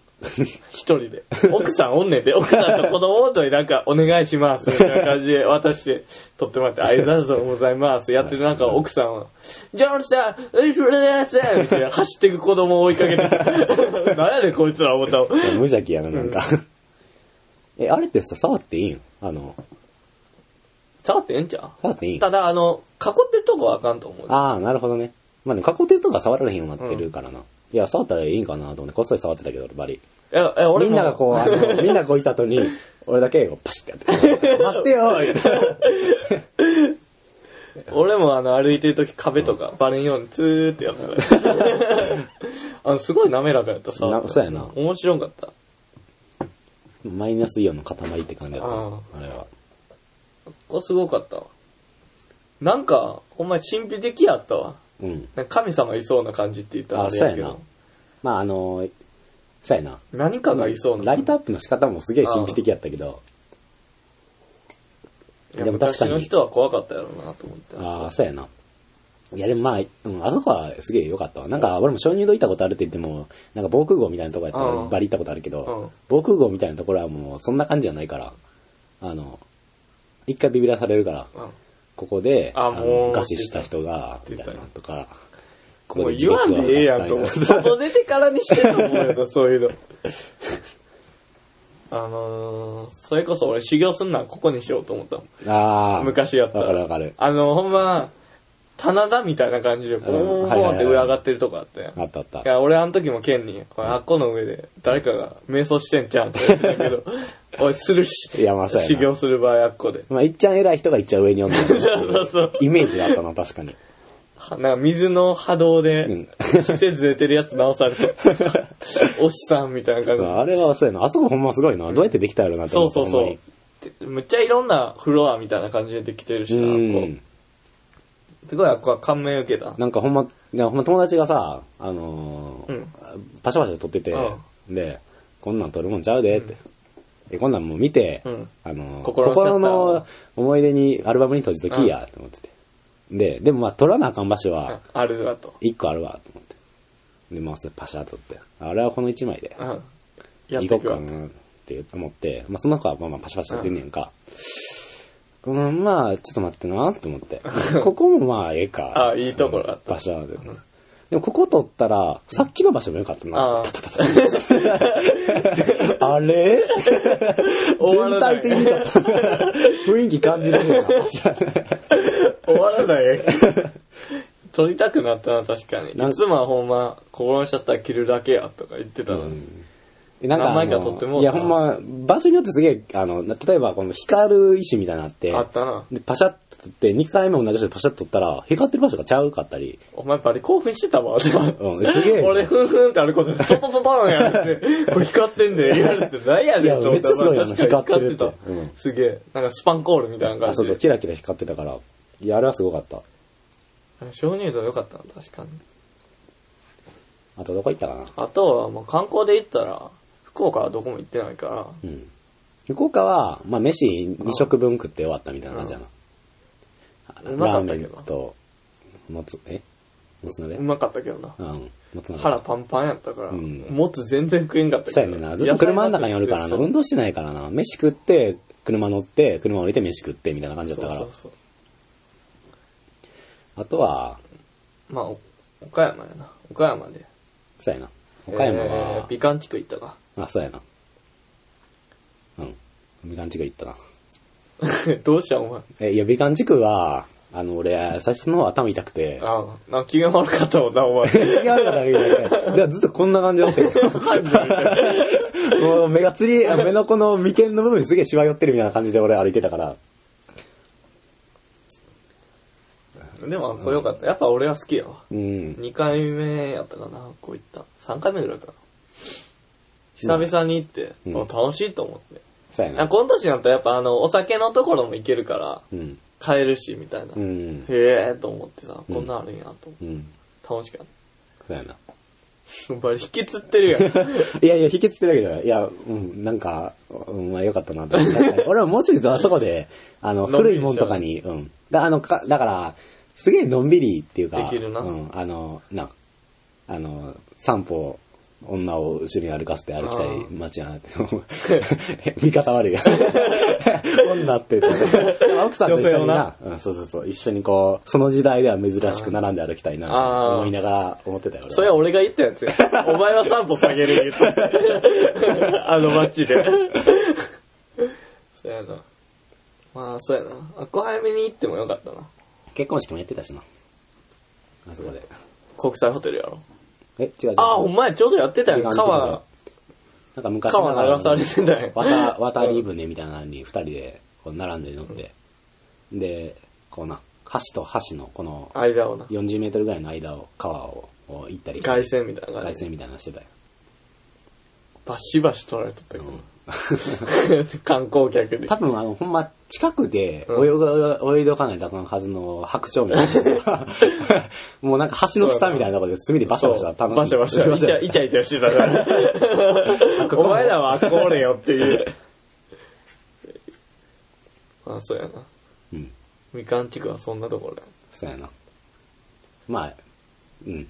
Speaker 1: 一人で。奥さんおんねんで、奥さんと子供とになんか、お願いします。みたいな感じで渡して、撮ってもらって、ありがとうございます。やってるなんか、奥さんは、ジョンさん、うれしゅれですみたいな、走っていく子供を追いかけて、 なんやねん、こいつら思ったわ
Speaker 2: いや無邪気やな、なんか。 え、あれってさ、触っていいんあの、
Speaker 1: 触ってええんちゃ
Speaker 2: 触っていいうん
Speaker 1: ただ、あの、囲ってるとこはあかんと思う。
Speaker 2: ああ、なるほどね。まあ、でも囲ってるとか触られへんようになってるからな。いや、触ったらいいんかなと思って、こっそり触ってたけど、俺バリ。
Speaker 1: え、え、俺も
Speaker 2: みんながこう、あの、みんなこういた後に、俺だけこうパシッてやって、待ってよ言って
Speaker 1: 俺もあの歩いてる時壁とかバレんようにツーってやったから あのすごい滑らかやったさ
Speaker 2: なそうやな
Speaker 1: 面白かった
Speaker 2: マイナスイオンの塊って感じだった。
Speaker 1: あ
Speaker 2: あれは。
Speaker 1: ここすごかったわなんかほんまに神秘的やったわ
Speaker 2: うん。
Speaker 1: なんか神様いそうな感じって言ったらあ
Speaker 2: あ、
Speaker 1: れ
Speaker 2: そ
Speaker 1: や
Speaker 2: うや
Speaker 1: け
Speaker 2: な
Speaker 1: ど。
Speaker 2: まあ、あのー、そうやな。
Speaker 1: 何かがいそうな
Speaker 2: ライトアップの仕方もすげえ神秘的やったけど、
Speaker 1: いや
Speaker 2: でも確か
Speaker 1: 昔
Speaker 2: に
Speaker 1: の人は怖かったやろうなと思って
Speaker 2: ああ、そうやな。いや、でもまあ、うん、あそこはすげえ良かったわ。なんか、俺も鍾乳洞行ったことあるって言っても、なんか防空壕みたいなとこやったら
Speaker 1: うん
Speaker 2: バリ行ったことあるけ
Speaker 1: うん
Speaker 2: ど、防空壕みたいなところはもうそんな感じじゃないから、あの、一回ビビらされるから、
Speaker 1: うん
Speaker 2: ここで、
Speaker 1: あ
Speaker 2: あ
Speaker 1: もう
Speaker 2: の、餓死した人が、
Speaker 1: 出
Speaker 2: み
Speaker 1: た
Speaker 2: たいなとか、こ
Speaker 1: も
Speaker 2: こ
Speaker 1: う
Speaker 2: で
Speaker 1: 言わんでええやんと思う。外出てからにしてると思うよな、そう いうの。あのー、それこそ俺修行すんならここにしようと思ったもん。
Speaker 2: ああ。
Speaker 1: 昔やったら
Speaker 2: わかるわかる。
Speaker 1: あの、ほんま、棚田みたいな感じで、ボーンボーンって上上がってるとこあったやん。
Speaker 2: あったあっ
Speaker 1: い
Speaker 2: た。
Speaker 1: や、俺あの時もケンに、これ、あっこの上で、誰かが瞑想してんちゃうんって言ってた けど、おい、するし、
Speaker 2: いやまあそうやな。
Speaker 1: 修行する場合、あっこで
Speaker 2: まあ、いっちゃん偉い人がいっちゃん上に呼んで
Speaker 1: そう
Speaker 2: る。
Speaker 1: そうそう。
Speaker 2: イメージだったな、確かに。
Speaker 1: はなんか水の波動
Speaker 2: う
Speaker 1: で
Speaker 2: ん、
Speaker 1: 姿勢ずれてるやつ直され て、おしさんみたいな感じで。
Speaker 2: あれはそうやな。あそこほんますごいな。どうやってできたやろなって
Speaker 1: そ
Speaker 2: 思っ
Speaker 1: う
Speaker 2: た
Speaker 1: そう
Speaker 2: ほ
Speaker 1: そ
Speaker 2: んま
Speaker 1: う
Speaker 2: に。
Speaker 1: でむっちゃいろんなフロアみたいな感じでできてるしな、
Speaker 2: う
Speaker 1: こ
Speaker 2: ん。
Speaker 1: うすごいあっこは感銘受けた。
Speaker 2: なんかほんま、いやほんま友達がさ、あの
Speaker 1: う
Speaker 2: ー
Speaker 1: ん
Speaker 2: パシャパシャ撮ってて、
Speaker 1: う
Speaker 2: で、こんなん撮るもんちゃうでって。でこんなんもう見て、
Speaker 1: うん
Speaker 2: あの
Speaker 1: 心のシャッター
Speaker 2: 心の思い出にアルバムに閉じときやと思ってて、ででもまあ撮らなあかん場所は
Speaker 1: あるだと。
Speaker 2: 1個あるわと思ってでまあそれパシャッと撮ってあれはこの1枚で
Speaker 1: うん。やって
Speaker 2: 行こ
Speaker 1: いうくわ
Speaker 2: か。なって思って、まあ、その子はまあまあパシャパシャやってんねやんか、うん、まあちょっと待ってなと思って ここもまあええか
Speaker 1: あいいところだった
Speaker 2: 場所ある、でもここ取ったらさっきの場所もよかったな、
Speaker 1: あー
Speaker 2: あれ
Speaker 1: 終わら
Speaker 2: 全
Speaker 1: ない
Speaker 2: 体的にだった な雰囲気感じるような場所
Speaker 1: 終わらない。 撮りたくなったな、確かに。
Speaker 2: なん
Speaker 1: いつもはほんま、心のシャッター切るだけやとか言ってたのに。
Speaker 2: なんかあの
Speaker 1: 何枚か撮っても
Speaker 2: いやほんま場所によってすげえあの例えばこの光る石みたいなのあって
Speaker 1: あったな。
Speaker 2: でパシャッと撮って2回目同じ場所でパシャッと撮ったら光ってる場所がちゃうかったり
Speaker 1: お前バリ興奮してたわ、俺は。
Speaker 2: うんすげえ
Speaker 1: 俺、ふんふんって歩こうと、ポポポポンや って、これ光ってんで、言われて、なんやねんと思った
Speaker 2: いやめっちゃすごいよな
Speaker 1: 確かに光って
Speaker 2: 光
Speaker 1: た
Speaker 2: ってるってうん。
Speaker 1: すげえ。なんかスパンコールみたいな
Speaker 2: あそ
Speaker 1: 感
Speaker 2: うそう
Speaker 1: じ
Speaker 2: キラキラ光ってたからいやあれはすごかった
Speaker 1: で。鍾乳洞良かったな、確かに。
Speaker 2: あとどこ行ったかな
Speaker 1: あとは、もう観光で行ったら、福岡はどこも行ってないから、
Speaker 2: うん福岡は、まあ、飯2食分食って終わったみたいな感じやな、
Speaker 1: うんうまか
Speaker 2: ラ
Speaker 1: っ
Speaker 2: ー
Speaker 1: たけ
Speaker 2: メ
Speaker 1: ど
Speaker 2: ンともつえもつ鍋
Speaker 1: う
Speaker 2: うん
Speaker 1: まかったけどな。
Speaker 2: もつ鍋
Speaker 1: 腹パンパンやったから、
Speaker 2: ん
Speaker 1: もつ全然食えんかった
Speaker 2: そう
Speaker 1: け
Speaker 2: や
Speaker 1: ど。
Speaker 2: ねんなずっと車の中におるからな
Speaker 1: 野菜
Speaker 2: 運動してないからな飯食って車乗って車降りて飯食ってみたいな感じ
Speaker 1: だっ
Speaker 2: だったた
Speaker 1: か。
Speaker 2: からら
Speaker 1: そうそうそ
Speaker 2: あとは
Speaker 1: う。まあ、お岡山やな。岡山で。
Speaker 2: そうやな岡山
Speaker 1: えー
Speaker 2: は、
Speaker 1: 美観地区行ったか。
Speaker 2: あそうやなうん美観地区行ったな
Speaker 1: どうしたお前。
Speaker 2: え、いや、美観地区は、あの、俺、最初の方頭痛くて、
Speaker 1: ああ、なんか機嫌悪かったもんな、お前。
Speaker 2: 気悪かったわけじゃ ない。だからずっとこんな感じだったよ。 もう目がつり、あ目のこの眉間の部分にすげえしわ寄ってるみたいな感じで俺歩いてたから。
Speaker 1: でも、これよかった。やっぱ俺は好きやわ。
Speaker 2: うん。
Speaker 1: 2回目やったかな、こういった。3回目ぐらいかな。久々に行って、
Speaker 2: うん
Speaker 1: もう楽しいと思って。
Speaker 2: そうや
Speaker 1: なん
Speaker 2: な。
Speaker 1: かこの年になったらやっぱあの、お酒のところも行けるから、
Speaker 2: うん。
Speaker 1: 買えるし、みたいな。
Speaker 2: う
Speaker 1: へ
Speaker 2: ん。
Speaker 1: えーと思ってさ、こんなんあるんやと思って。
Speaker 2: うん。
Speaker 1: 楽しかっ
Speaker 2: そうやな。
Speaker 1: た。お前引きつってるやん。
Speaker 2: いやいや、秘訣ってだけじゃない。いや、うん、なんか、うん、まあよかったなと 思って。確かに俺はもうちょいあそこで、あの、
Speaker 1: のんびり
Speaker 2: 古いもんとかに、うん。だあのかだから、すげえのんびりっていうか、
Speaker 1: できるな
Speaker 2: うん、あの、な、あの、散歩、女を後ろに歩かせて歩きた
Speaker 1: あ
Speaker 2: い
Speaker 1: ー
Speaker 2: 街やなって。見方悪いよ。 女って言って、奥さんと一緒にな、うん、そうそうそう、一緒にこう、その時代では珍しく並んで歩きたいな、
Speaker 1: あー
Speaker 2: 思いながら思ってたよ。俺は
Speaker 1: それは俺が言ったやつや。お前は3歩下げる言うて あの街で。そうやな。まあ、そうやな。あ、後早めに行ってもよかったな。
Speaker 2: 結婚式もやってたしな。あそこで。
Speaker 1: 国際ホテルやろ。
Speaker 2: え、違う違う。
Speaker 1: あ、ほんまや、ちょうどやってたやん。
Speaker 2: 美観地区で
Speaker 1: 川、
Speaker 2: なんか昔ながら
Speaker 1: 川
Speaker 2: の
Speaker 1: 流されてたやん。
Speaker 2: 渡、渡り船みたいなのに二人で、こう、並んで乗って。で、こうな、橋と橋のこの、
Speaker 1: 間をな。
Speaker 2: 40メートルぐらいの間を、川を、こう行ったり来たり
Speaker 1: 外線みたいな感
Speaker 2: 凱
Speaker 1: じ
Speaker 2: 旋。みたいなのしてたよ。
Speaker 1: バシバシ取られとったけど。 観光客で
Speaker 2: 多。分、あの、ほんま、近くで泳が、泳いでおかないとあかんはずの白鳥みたい な。もうなんか橋の下みたいなところで炭でバシャバシャ楽しんで
Speaker 1: バシャバシャ。イチャイチャイチャしてたから。お前らはあっこおれよっていう。 まあ、そうやな。
Speaker 2: うん。
Speaker 1: みかん地区はそんなところだよ。
Speaker 2: そうやな。まあ、うん。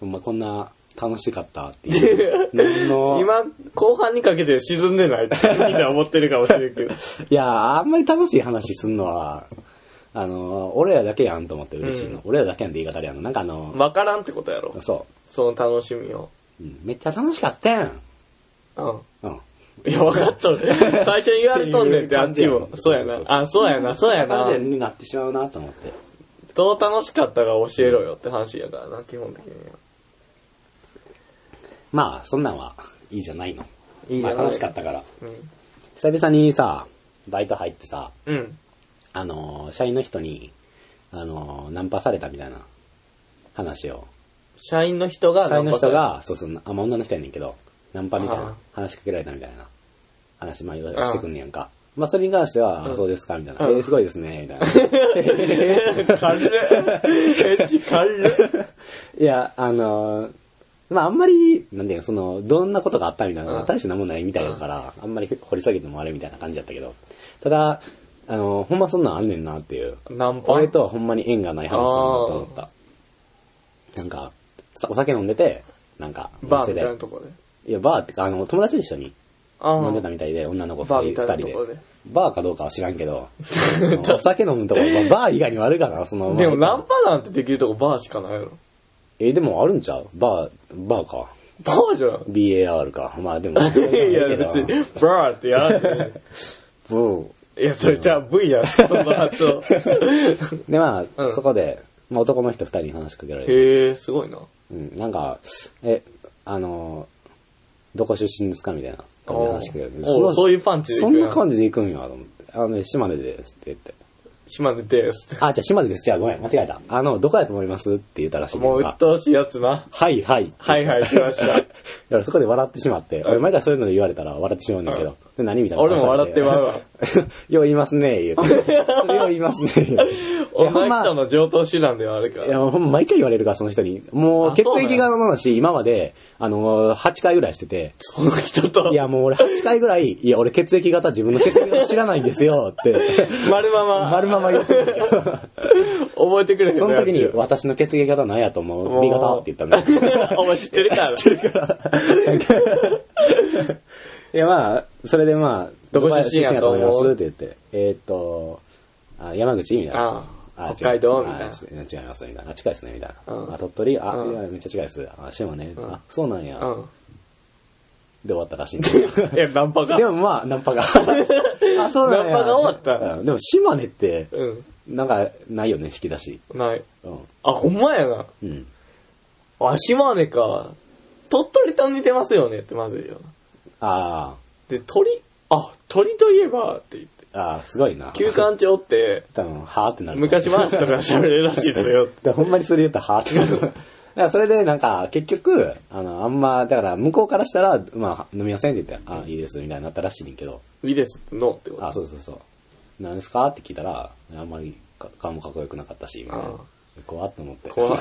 Speaker 2: まあ、こんな楽しかったって いう。何の
Speaker 1: 今、後半にかけて沈んでないってみんな思ってるかもしれんけど。
Speaker 2: いや、あんまり楽しい話すんのは、あの、俺らだけやんと思って嬉しいの。
Speaker 1: うん
Speaker 2: 俺らだけやんって言い方あれやんの。なんかあの、
Speaker 1: わからんってことやろ。
Speaker 2: そ
Speaker 1: その楽しみを。
Speaker 2: う、うんめっちゃ楽しかったやん。
Speaker 1: うん。
Speaker 2: うん。
Speaker 1: いや、分かっ とる。最初に言われとんねんって、あっちも。そうやな。あ、そうやな、そうやな
Speaker 2: 感。じになってしまうなと思って。
Speaker 1: どう楽しかったか教えろよって話やからな、基本的には。
Speaker 2: まあ、そんなんはいいじゃないの。
Speaker 1: いいじゃ
Speaker 2: ま
Speaker 1: な
Speaker 2: あ、
Speaker 1: い
Speaker 2: 楽しかったから。
Speaker 1: うん。
Speaker 2: 久々にさ、バイト入ってさ、
Speaker 1: うん。
Speaker 2: あの、社員の人に、あの、ナンパされたみたいな話を
Speaker 1: 社員の人が、
Speaker 2: 社員の
Speaker 1: な
Speaker 2: 人
Speaker 1: んか
Speaker 2: が、そうそう、あ、まあ女の人やねんけど、ナンパみたい
Speaker 1: ああ
Speaker 2: な、話しかけられたみたいな、話、まあ、してくんねやんか。まあ、それに関しては、あそうですか、みたいな。
Speaker 1: うん
Speaker 2: えーすごいです ね、みたいな。
Speaker 1: そうや、軽い。エッチ軽い。
Speaker 2: いや、あのーまああんまり、なんだよ、その、どんなことがあったみたいなの
Speaker 1: う
Speaker 2: が
Speaker 1: ん
Speaker 2: 大してなんもないみたいだから、あんまり掘り下げてもあれみたいな感じだったけど、ただ、あの、ほんまそんなんあんねんなっていう。
Speaker 1: ナンパ
Speaker 2: 俺とはほんまに縁がない話だなと思った。なんか、さお酒飲んでて、なんか、
Speaker 1: バー
Speaker 2: 店
Speaker 1: みたいな
Speaker 2: で。
Speaker 1: とこで。
Speaker 2: いや、バーってか、あの、友達と一緒に
Speaker 1: あ
Speaker 2: 飲んでた
Speaker 1: あ。
Speaker 2: みたいで、女の子
Speaker 1: バー
Speaker 2: 二
Speaker 1: みた
Speaker 2: 人
Speaker 1: いな
Speaker 2: 二
Speaker 1: ところ
Speaker 2: 人で
Speaker 1: で。
Speaker 2: バーかどうかは知らんけ ど、あのお酒飲むとこ、まあバー以外にもあるからな、その。
Speaker 1: でもナンパなんてできるとこバーしかないやろ。
Speaker 2: え、でもあるんちゃうバー、バーか。
Speaker 1: バーじゃん。
Speaker 2: BAR か。まあでも。
Speaker 1: いや別に、バーってやらんで
Speaker 2: ブー
Speaker 1: いや、それじゃあ V やん、その発 音。
Speaker 2: で、まあ、
Speaker 1: うん
Speaker 2: そこで、まあ男の人二人に話しかけられて、
Speaker 1: へえ、すごいな。
Speaker 2: うん、なんか、え、あの、どこ出身ですかみたいな感じで話しかけられて、
Speaker 1: おうおうそういうパンチで
Speaker 2: そ
Speaker 1: 行
Speaker 2: ん
Speaker 1: く
Speaker 2: な
Speaker 1: やん
Speaker 2: 感じで行くんやと思って。あのね、島根ですって言って。
Speaker 1: 島根です。
Speaker 2: あ、じゃあ島根です。じゃあごめん、間違えた。あの、どこやと思いますって言ったらしいけ
Speaker 1: も
Speaker 2: ど
Speaker 1: う鬱陶しいやつな。
Speaker 2: はいはい。
Speaker 1: はいはい、来ました。
Speaker 2: だからそこで笑ってしまって、俺毎回そういうので言われたら笑ってしまうんだけ
Speaker 1: うん
Speaker 2: ど、で何みたいな顔
Speaker 1: 俺
Speaker 2: され。
Speaker 1: も笑ってまうわ。
Speaker 2: よう言いますね、言うて。よう言いますね、 言うて。
Speaker 1: 俺
Speaker 2: ほ
Speaker 1: の
Speaker 2: んま
Speaker 1: 人の上等手段ではあるか
Speaker 2: いや、
Speaker 1: ら。
Speaker 2: ほんま毎回言われるから、その人に。もう、
Speaker 1: あ
Speaker 2: 血
Speaker 1: そうなんや
Speaker 2: 液型の話、今まで、あのー、8回ぐらいしてて、
Speaker 1: その人と
Speaker 2: い、や、もう俺8回ぐらい、いや、俺血液型、自分の血液型知らないんですよ、って、
Speaker 1: 丸まま。
Speaker 2: 丸まま言ってる。
Speaker 1: 覚えてくれへん
Speaker 2: その 時に
Speaker 1: や、つ
Speaker 2: 私の血液型何やと思
Speaker 1: も
Speaker 2: う
Speaker 1: う
Speaker 2: ?B 型って言ったんだけど。
Speaker 1: お前知ってるか ら。
Speaker 2: いや、まあ、それでまあ、
Speaker 1: どこ出身やと思う
Speaker 2: どこ出身やと思いますって言って、えーっと、あ山口みたいな。
Speaker 1: あ
Speaker 2: 違う
Speaker 1: 北海道みたいな
Speaker 2: あ違います、みたいな。あ近いですね、みたいな。
Speaker 1: うん
Speaker 2: あ鳥取あ、
Speaker 1: うん
Speaker 2: いやめっちゃ近いです。あ、島ね。
Speaker 1: ん
Speaker 2: あ、そうなんや。
Speaker 1: うん。
Speaker 2: で終わったらしいんだけ
Speaker 1: い
Speaker 2: ど。
Speaker 1: や、ナンパか。
Speaker 2: でもまあ、ナ ンパが。あ、そうなんや。
Speaker 1: ナンパが終わった
Speaker 2: うんでも、島根って、
Speaker 1: うん。
Speaker 2: なんか、ないよね、引き出し。
Speaker 1: ない。
Speaker 2: うん。
Speaker 1: あ、ほんまやな。
Speaker 2: うん。
Speaker 1: あ、島根か。鳥取と似てますよねってまずいよな。
Speaker 2: あ
Speaker 1: で、鳥、あ、鳥といえばって言って。
Speaker 2: あ、ああ、すごいな。
Speaker 1: 休館長って、
Speaker 2: 多分、はあってなる。
Speaker 1: 昔話とか喋れるらしいですよ。
Speaker 2: だからほんまにそれ言ったら、はあってなる。だからそれでなんか結局、あの、あんま、だから向こうからしたら、まあ飲みませんって言って、あ、いいですみたいになったらしいねんけど、
Speaker 1: いいですってノーってこと。
Speaker 2: あ、そうそうそう。なんですかって聞いたら、あんまりか顔もかっこよくなかったし、みたいな
Speaker 1: あ
Speaker 2: 怖っと思って。
Speaker 1: 怖い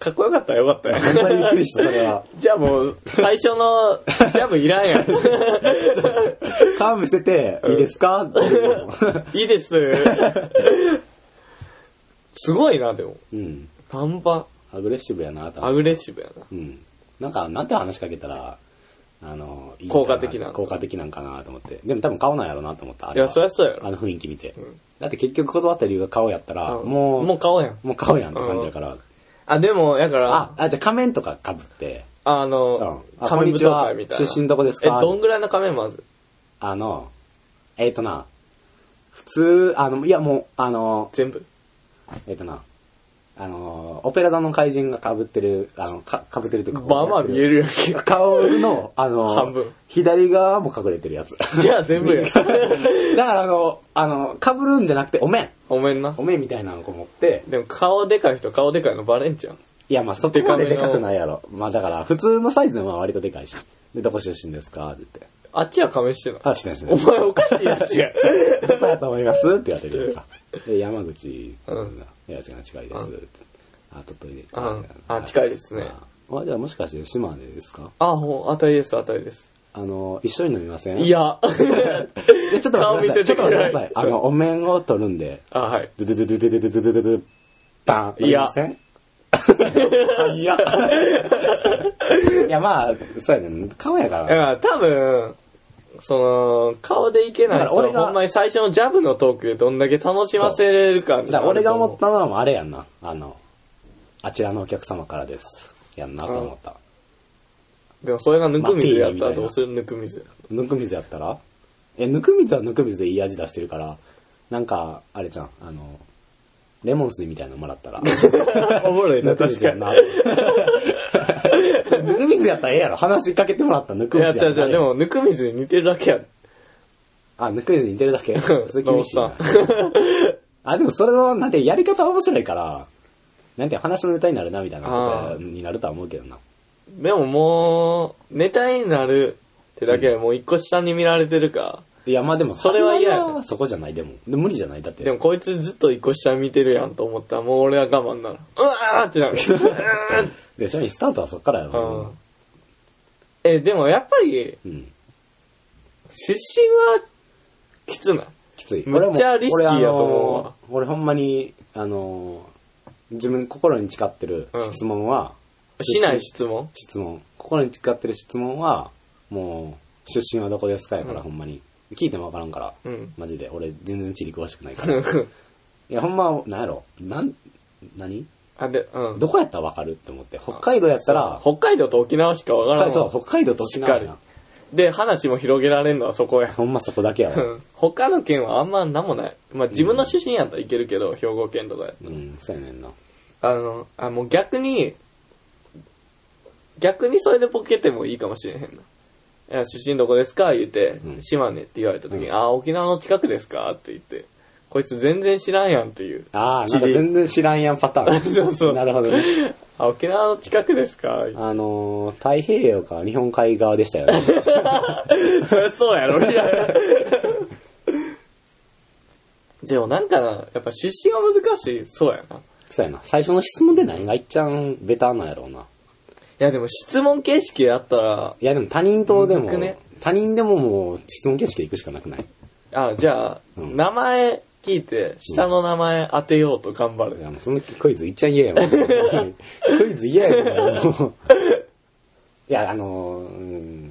Speaker 1: かっこよかったらよかったよ。
Speaker 2: ほんまにびっくりした、それは。
Speaker 1: じゃあもう、最初のジャブいらんや ん。
Speaker 2: 顔見せて、いいですかっていうの。
Speaker 1: いいです。すごいな、でも。
Speaker 2: うん。
Speaker 1: ナンパ、
Speaker 2: アグレッシブやな、と
Speaker 1: アグレッシブやな。
Speaker 2: うん。なんか、なんて話しかけたら、あの、いいか
Speaker 1: 効果的な
Speaker 2: 効果的なんかなと思って。でも多分顔なんやろうなと思った。あ
Speaker 1: いや、そりゃそうやろ。
Speaker 2: あの雰囲気見て
Speaker 1: ん。
Speaker 2: だって結局断った理由が顔やったら、
Speaker 1: うん
Speaker 2: もう、
Speaker 1: もう顔やん。
Speaker 2: もう顔やんって感じやから。
Speaker 1: あ、でも、やから、
Speaker 2: あ、あ、じゃあ仮面とか被って、
Speaker 1: あ
Speaker 2: うん
Speaker 1: の、
Speaker 2: あ
Speaker 1: 仮面舞踏会みたい
Speaker 2: こん
Speaker 1: な。
Speaker 2: にちは出身どこですか
Speaker 1: え、どんぐらいの仮面まず
Speaker 2: あの、えっとな、普通、あの、いやもう、あの、
Speaker 1: 全部。
Speaker 2: えっとな、あの、オペラ座の怪人が被ってる、あの、か被ってるというか。
Speaker 1: まあまあ見え るやんけ。
Speaker 2: 顔の、あの、
Speaker 1: 半分
Speaker 2: 左側も隠れてる やつ。
Speaker 1: じゃあ全部や。
Speaker 2: だからあの、あの、被るんじゃなくて、お面
Speaker 1: ごめんな
Speaker 2: お。面みたいなのを持って、
Speaker 1: でも顔でかい人顔でかいのバレんじゃん。
Speaker 2: いや、まあそこまででかくないやろ。まあだから、普通のサイズのは割とでかいし。で、どこ出身ですかって言って。
Speaker 1: あっちは仮面してない。
Speaker 2: あ、しないしない。
Speaker 1: お前おかしいやつや。
Speaker 2: どこやと思いますって言われるやんか。で、山口、
Speaker 1: うん
Speaker 2: いや、違う、近いです。ってあ、鳥取で。
Speaker 1: うんあ近いですね
Speaker 2: あ、あじゃあもしかして島根ですか
Speaker 1: あ、ほう、当たりです、当たりです。
Speaker 2: あの、一緒に飲みません
Speaker 1: いや。
Speaker 2: いやちょっと待ってください。ちょっと
Speaker 1: 顔
Speaker 2: 待
Speaker 1: 見
Speaker 2: って
Speaker 1: せてくれ
Speaker 2: ください。あの、お面を取るんで、
Speaker 1: あ、はい。
Speaker 2: ドゥドゥドゥドゥドゥドゥドゥドゥドゥバン
Speaker 1: いや
Speaker 2: 飲みませんいや。いや、まあ、そうやねん。顔やから
Speaker 1: だ
Speaker 2: な
Speaker 1: か。ら多分、その、顔でいけない
Speaker 2: だから
Speaker 1: と、
Speaker 2: 俺が
Speaker 1: ほんまに最初のジャブのトークでどんだけ楽しませれるかみたい
Speaker 2: だ
Speaker 1: な
Speaker 2: から俺が思ったのはもうあれやんな。あの、あちらのお客様からです。やんなと思った。
Speaker 1: でもそれがぬくみずやったらどうするぬくみず。
Speaker 2: ぬくみずやったらえ、ぬくみずはぬくみずでいい味出してるから、なんか、あれじゃん、あの、レモン水みたいなのもらったら、ぬ
Speaker 1: おもろいな、
Speaker 2: く
Speaker 1: 確
Speaker 2: みず
Speaker 1: か
Speaker 2: や
Speaker 1: に。
Speaker 2: な。ぬくみずやったらええやろ。話しかけてもらったらぬく
Speaker 1: い
Speaker 2: み
Speaker 1: や、
Speaker 2: ず
Speaker 1: 違
Speaker 2: や
Speaker 1: う
Speaker 2: った
Speaker 1: 違
Speaker 2: ら
Speaker 1: う、で。も、ぬくみずに似てるだけや。
Speaker 2: あ、ぬくみずに似てるだけ。それ厳しい
Speaker 1: どう
Speaker 2: な。 あ、でもそれの、なんて、やり方は面白いから、なんて、話のネタになるな、みたいなことになるとは思うけどな。
Speaker 1: でももう、ネタになるってだけでもう一個下に見られてるか。
Speaker 2: いや、まあでも、
Speaker 1: それは嫌や
Speaker 2: 始まりそこじゃない、でも。で無理じゃない、だって。
Speaker 1: でもこいつずっと一個下見てるやんと思ったらもう俺は我慢なら。うわーってなる。
Speaker 2: で、しょスタートはそっからやろ。
Speaker 1: え、でもやっぱり、
Speaker 2: うん。
Speaker 1: 出身は、きつない。
Speaker 2: きつい。
Speaker 1: めっちゃリスキーやと思うわ
Speaker 2: 俺も俺あのー俺ほんまに、あのー自分心に誓ってる質問は、
Speaker 1: しない質問
Speaker 2: 質問。心に誓ってる質問は、もう、出身はどこですかやから、ほんまに。聞いてもわからんから、
Speaker 1: うん
Speaker 2: マジで。俺、全然地理詳しくないから。い
Speaker 1: あ、
Speaker 2: や、ほんま、なんやろ。なん、何
Speaker 1: で、うん。
Speaker 2: どこやったらわかるって思って。北海道やったら、
Speaker 1: 北海道と沖縄しかわから
Speaker 2: 北
Speaker 1: ん
Speaker 2: 海そ
Speaker 1: も。
Speaker 2: うん北海道と沖縄や
Speaker 1: しっ
Speaker 2: な
Speaker 1: かで、話も広げられるのはそこや。
Speaker 2: ほんまそこだけや
Speaker 1: う
Speaker 2: わ。
Speaker 1: ん他の県はあんまなんもない。まあ自分の出身やったらいけるけど、兵庫県とかやった
Speaker 2: う
Speaker 1: ら
Speaker 2: ん、そうやねんな。
Speaker 1: あの、あ、もう逆に、逆にそれでボケてもいいかもしれへんな。いや、出身どこですか言って、
Speaker 2: うん
Speaker 1: 島根って言われた時に、
Speaker 2: うん
Speaker 1: あ、沖縄の近くですかって言って、こいつ全然知らんやんっていう。
Speaker 2: ああ、
Speaker 1: 地
Speaker 2: なん
Speaker 1: 理
Speaker 2: か全然知らんやんパターン。
Speaker 1: そうそう
Speaker 2: なるほどね。
Speaker 1: あ、沖縄の近くですか
Speaker 2: あのー、太平洋か日本海側でした よね。
Speaker 1: そりゃ そうやろ、みたい な。でもなんかな、やっぱ出身は難しい、そうやな。い
Speaker 2: そうやな。最初の質問で何がいっちゃんベタなんやろうな。
Speaker 1: や、でも質問形式やったら、
Speaker 2: いやでも他人とで
Speaker 1: む
Speaker 2: も、
Speaker 1: ずくね
Speaker 2: 他人でももう質問形式で行くしかなくない
Speaker 1: あ、じゃあ、
Speaker 2: うん
Speaker 1: 名前聞いて、下の名前当てようと頑張る
Speaker 2: い。やもうそのクイズいっちゃん嫌やもん。 クイズ嫌やもん。もういや、あのー、うん、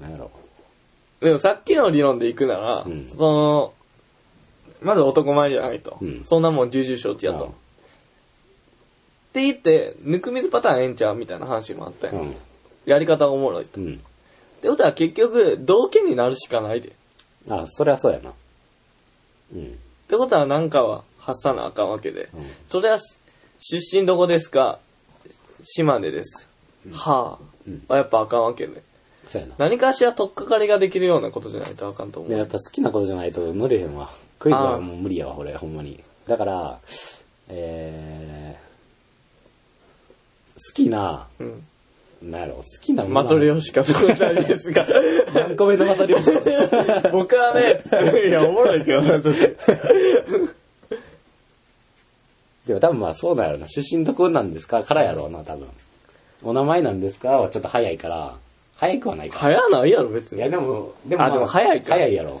Speaker 2: なんやろ
Speaker 1: でもさっきの理論でいくなら、
Speaker 2: うん
Speaker 1: その、まず男前じゃないと。
Speaker 2: うん
Speaker 1: そんなもん重々承知やと。
Speaker 2: うん
Speaker 1: って言って、ぬくみずパターンええんちゃうみたいな話もあったや
Speaker 2: う。
Speaker 1: ん
Speaker 2: うん。
Speaker 1: やり方おもろいと。っ
Speaker 2: うん。
Speaker 1: てことは結局、同件になるしかないで。っ
Speaker 2: あ、それはそうやな。うん。
Speaker 1: てことはなんかは発さなあかんわけで。
Speaker 2: うん
Speaker 1: それはし、出身どこですか島根です。はぁ、
Speaker 2: うん
Speaker 1: はやっぱあかんわけで。
Speaker 2: そうやな。
Speaker 1: 何かしら取っかかりができるようなことじゃないとあかんと思う。
Speaker 2: ねやっぱ好きなことじゃないと乗れへんわ。クイズはもう無理やわ、俺、ほんまに。だから、えー、好きな、
Speaker 1: うん。
Speaker 2: なんやろ、好きなもの
Speaker 1: マトリオシカそうなんですが。
Speaker 2: 何個目のマトリオシカ
Speaker 1: 僕はね、 いや、おもろいけどな、ちょっと
Speaker 2: でも多分まあそうだよな。出身どこなんですかからやろうな、多分。お名前なんですかはちょっと早いから、早くはないか。
Speaker 1: 早ないやろ、別
Speaker 2: い
Speaker 1: に。
Speaker 2: や、でも、でも、
Speaker 1: あでも早いか
Speaker 2: 早いやろ。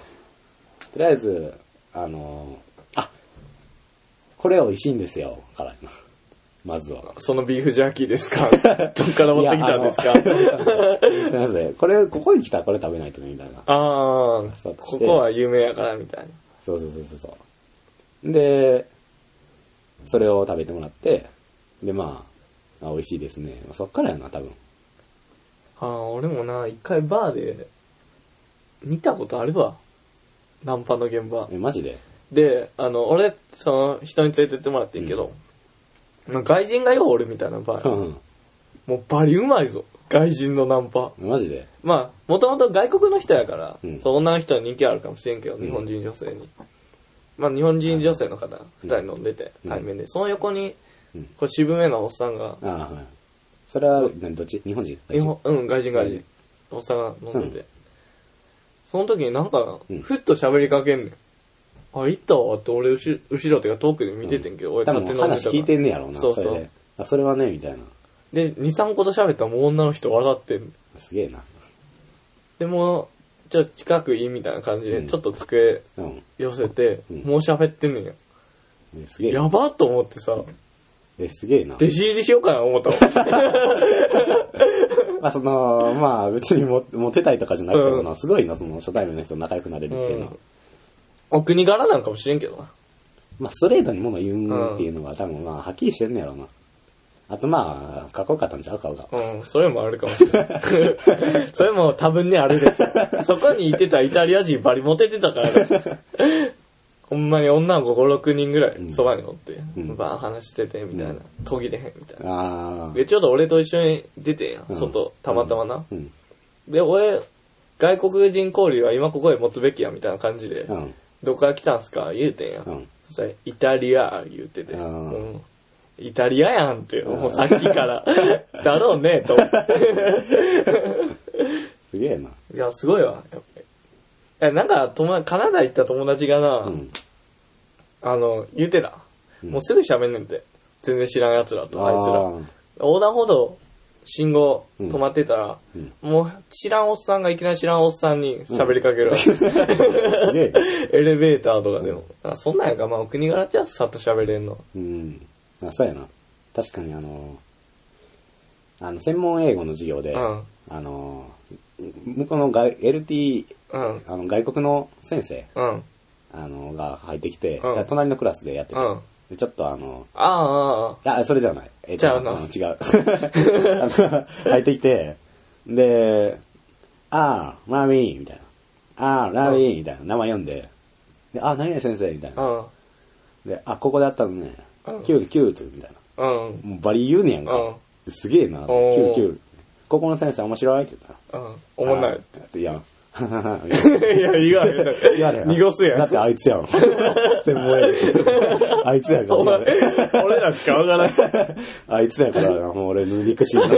Speaker 2: とりあえず、あのー、あ、これ美味しいんですよ、からやな。まずは。
Speaker 1: そのビーフジャーキーですかどっから持ってきたんですか
Speaker 2: すいません。これ、ここに来たらこれ食べないとね、みたいな。
Speaker 1: ああ
Speaker 2: そう
Speaker 1: ここは有名やから、みたいな。
Speaker 2: そうそうそうそうそう。で、それを食べてもらって、で、まあ、あ美味しいですね。まあそっからやな、多分。
Speaker 1: ああ、俺もな、一回バーで、見たことあるわ。ナンパの現場。
Speaker 2: え、マジで
Speaker 1: で、あの、俺、その、人に連れてってもらってんけど、なんか外人がよ、俺みたいなバ
Speaker 2: う
Speaker 1: ー。
Speaker 2: ん。
Speaker 1: もうバリうまいぞ。外人のナンパ。
Speaker 2: マジで
Speaker 1: まあ、もともと外国の人やから、
Speaker 2: うん
Speaker 1: そう女の人は人気あるかもしれんけど、
Speaker 2: ん
Speaker 1: 日本人女性に。まあ、日本人女性の方、二人飲んでて、
Speaker 2: うん
Speaker 1: 対面で。その横に
Speaker 2: うん、
Speaker 1: こう渋めなおっさんが、
Speaker 2: ああ、はい。それは、何、どっち日本人
Speaker 1: 日本、うん、外人外
Speaker 2: 外
Speaker 1: 人
Speaker 2: 人。
Speaker 1: おっさんが飲んでて。
Speaker 2: う
Speaker 1: その時になんか
Speaker 2: うん、
Speaker 1: ふっと喋りかけんねん。あ、行ったわって俺後ろ、後ろっていうか遠くで見ててんけど、俺
Speaker 2: 多
Speaker 1: 勝手
Speaker 2: 分
Speaker 1: に飲んでた
Speaker 2: 話
Speaker 1: から
Speaker 2: 聞いてんねやろうな、
Speaker 1: そう
Speaker 2: そ
Speaker 1: そう
Speaker 2: れで。あ、それはね、みたいな。
Speaker 1: で、2、3個と喋ったらもう女の人笑ってんねん
Speaker 2: すげえな。
Speaker 1: でも、ちょ、近くいいみたいな感じ
Speaker 2: う
Speaker 1: で、
Speaker 2: ん
Speaker 1: ちょっと机
Speaker 2: うん。
Speaker 1: 寄せて、
Speaker 2: うん
Speaker 1: もう喋ってんねんよ。
Speaker 2: えすげえな。
Speaker 1: やばっと思ってさ、
Speaker 2: え、すげえな。
Speaker 1: 弟子入りしようかな思ったもん。
Speaker 2: まあ、その、まあ、別にも モテたいとかじゃないけど
Speaker 1: う
Speaker 2: な、
Speaker 1: ん
Speaker 2: すごいな、その初対面の人と仲良くなれるっていうのは
Speaker 1: うん。お国柄なんかもしれんけどな。
Speaker 2: まあ、ストレートに物言うっていうのが多分まあ、はっきりしてんねやろうな。あとまあ、かっこよかったんちゃう顔が。
Speaker 1: うん、それもあるかもしれ ない。それも多分ね、あるでしょ。そこにいてたイタリア人バリモテてたからね。ほんまに女の子5、6人ぐらい
Speaker 2: ん
Speaker 1: そばにおって、
Speaker 2: うん
Speaker 1: バーン話してて、みたいな。途切れへん、みたいな。
Speaker 2: あ
Speaker 1: で、ちょうど俺と一緒に出てんや
Speaker 2: あ。
Speaker 1: 外、たまたまな。
Speaker 2: うん。
Speaker 1: で、俺、外国人交流は今ここで持つべきや、みたいな感じで
Speaker 2: う、ん。
Speaker 1: どこから来たんすか言うてんや
Speaker 2: う。ん。
Speaker 1: そしたら、イタリア、言うてて。
Speaker 2: あー
Speaker 1: うんイタリアやんって、もうさっき から。だろうね、と思って。
Speaker 2: すげえな。
Speaker 1: いや、すごいわ。やっぱりいや、なんか、友達、カナダ行った友達がな、
Speaker 2: うん。
Speaker 1: あの、言うてた。もうすぐ喋んねんて。全然知らん奴らと、あいつら。
Speaker 2: あ
Speaker 1: 横断歩道信号
Speaker 2: うん
Speaker 1: 止まってたら、
Speaker 2: ん
Speaker 1: もう知らんおっさんがいきなり知らんおっさんに喋りかけ るわけ、
Speaker 2: すげえ。
Speaker 1: エレベーターとかでも。あそんなんやか、まあ、お国柄じゃさっと喋れんの。
Speaker 2: うん。あ、そうやな。確かにあの、あの、専門英語の授業で、
Speaker 1: うん
Speaker 2: あの、向こうの外 LT、
Speaker 1: うん。
Speaker 2: あの、外国の先生、
Speaker 1: うん。
Speaker 2: あの、が入ってきて、
Speaker 1: うん
Speaker 2: 隣のクラスでやってて、
Speaker 1: うん
Speaker 2: でちょっとあの、
Speaker 1: ああ、あ
Speaker 2: あ、それではない。え
Speaker 1: じゃあな
Speaker 2: の違う。あの 入ってきて、で、あー、ラミー、みたいな。あー、ラミー、みたいな。名前読んで、で、あ、何々先生、みたい
Speaker 1: あ、
Speaker 2: な。
Speaker 1: あ
Speaker 2: で、あ、ここであったのね
Speaker 1: うん。
Speaker 2: キュール、キュール、みたいな。
Speaker 1: あ、うん。
Speaker 2: もうバリ言うねやんか。すげえな。キ
Speaker 1: おー
Speaker 2: ュール、キュール。ここの先生面白いって言ったら。
Speaker 1: うん。おもんない。
Speaker 2: あーいや、
Speaker 1: いや、言わへん。
Speaker 2: 言われへん
Speaker 1: 濁すやん
Speaker 2: だってあいつやん。専門やん。あいつやから。
Speaker 1: お前、俺らしかわから ない。
Speaker 2: あいつやからな、もう俺の肉汁の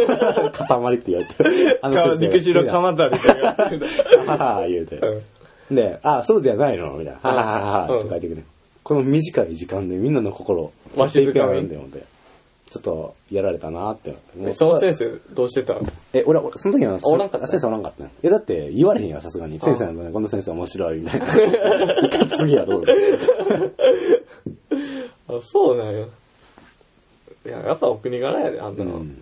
Speaker 2: 塊って言われて。あ
Speaker 1: か肉汁か
Speaker 2: ま
Speaker 1: まったりとか。
Speaker 2: ははは言うて
Speaker 1: うん。
Speaker 2: で、あ、そうじゃないのみたいな。ははは
Speaker 1: うん
Speaker 2: はって書いてくれ。この短い時間でみんなの心を
Speaker 1: わしづかみ
Speaker 2: 取っていくやないんだよ、思って。ちょっと、やられたなって。もう
Speaker 1: その先生、どうしてたの
Speaker 2: え、俺、俺その時は、
Speaker 1: おらんかった
Speaker 2: 先生おらんかったね。いや、だって言われへんやん、さすがに。先生なんだね、この先生面白い、みたいな。いかつすぎやろ、俺
Speaker 1: あ、そうなんや。いや、やっぱお国柄やで、あん
Speaker 2: う
Speaker 1: なの。
Speaker 2: ん。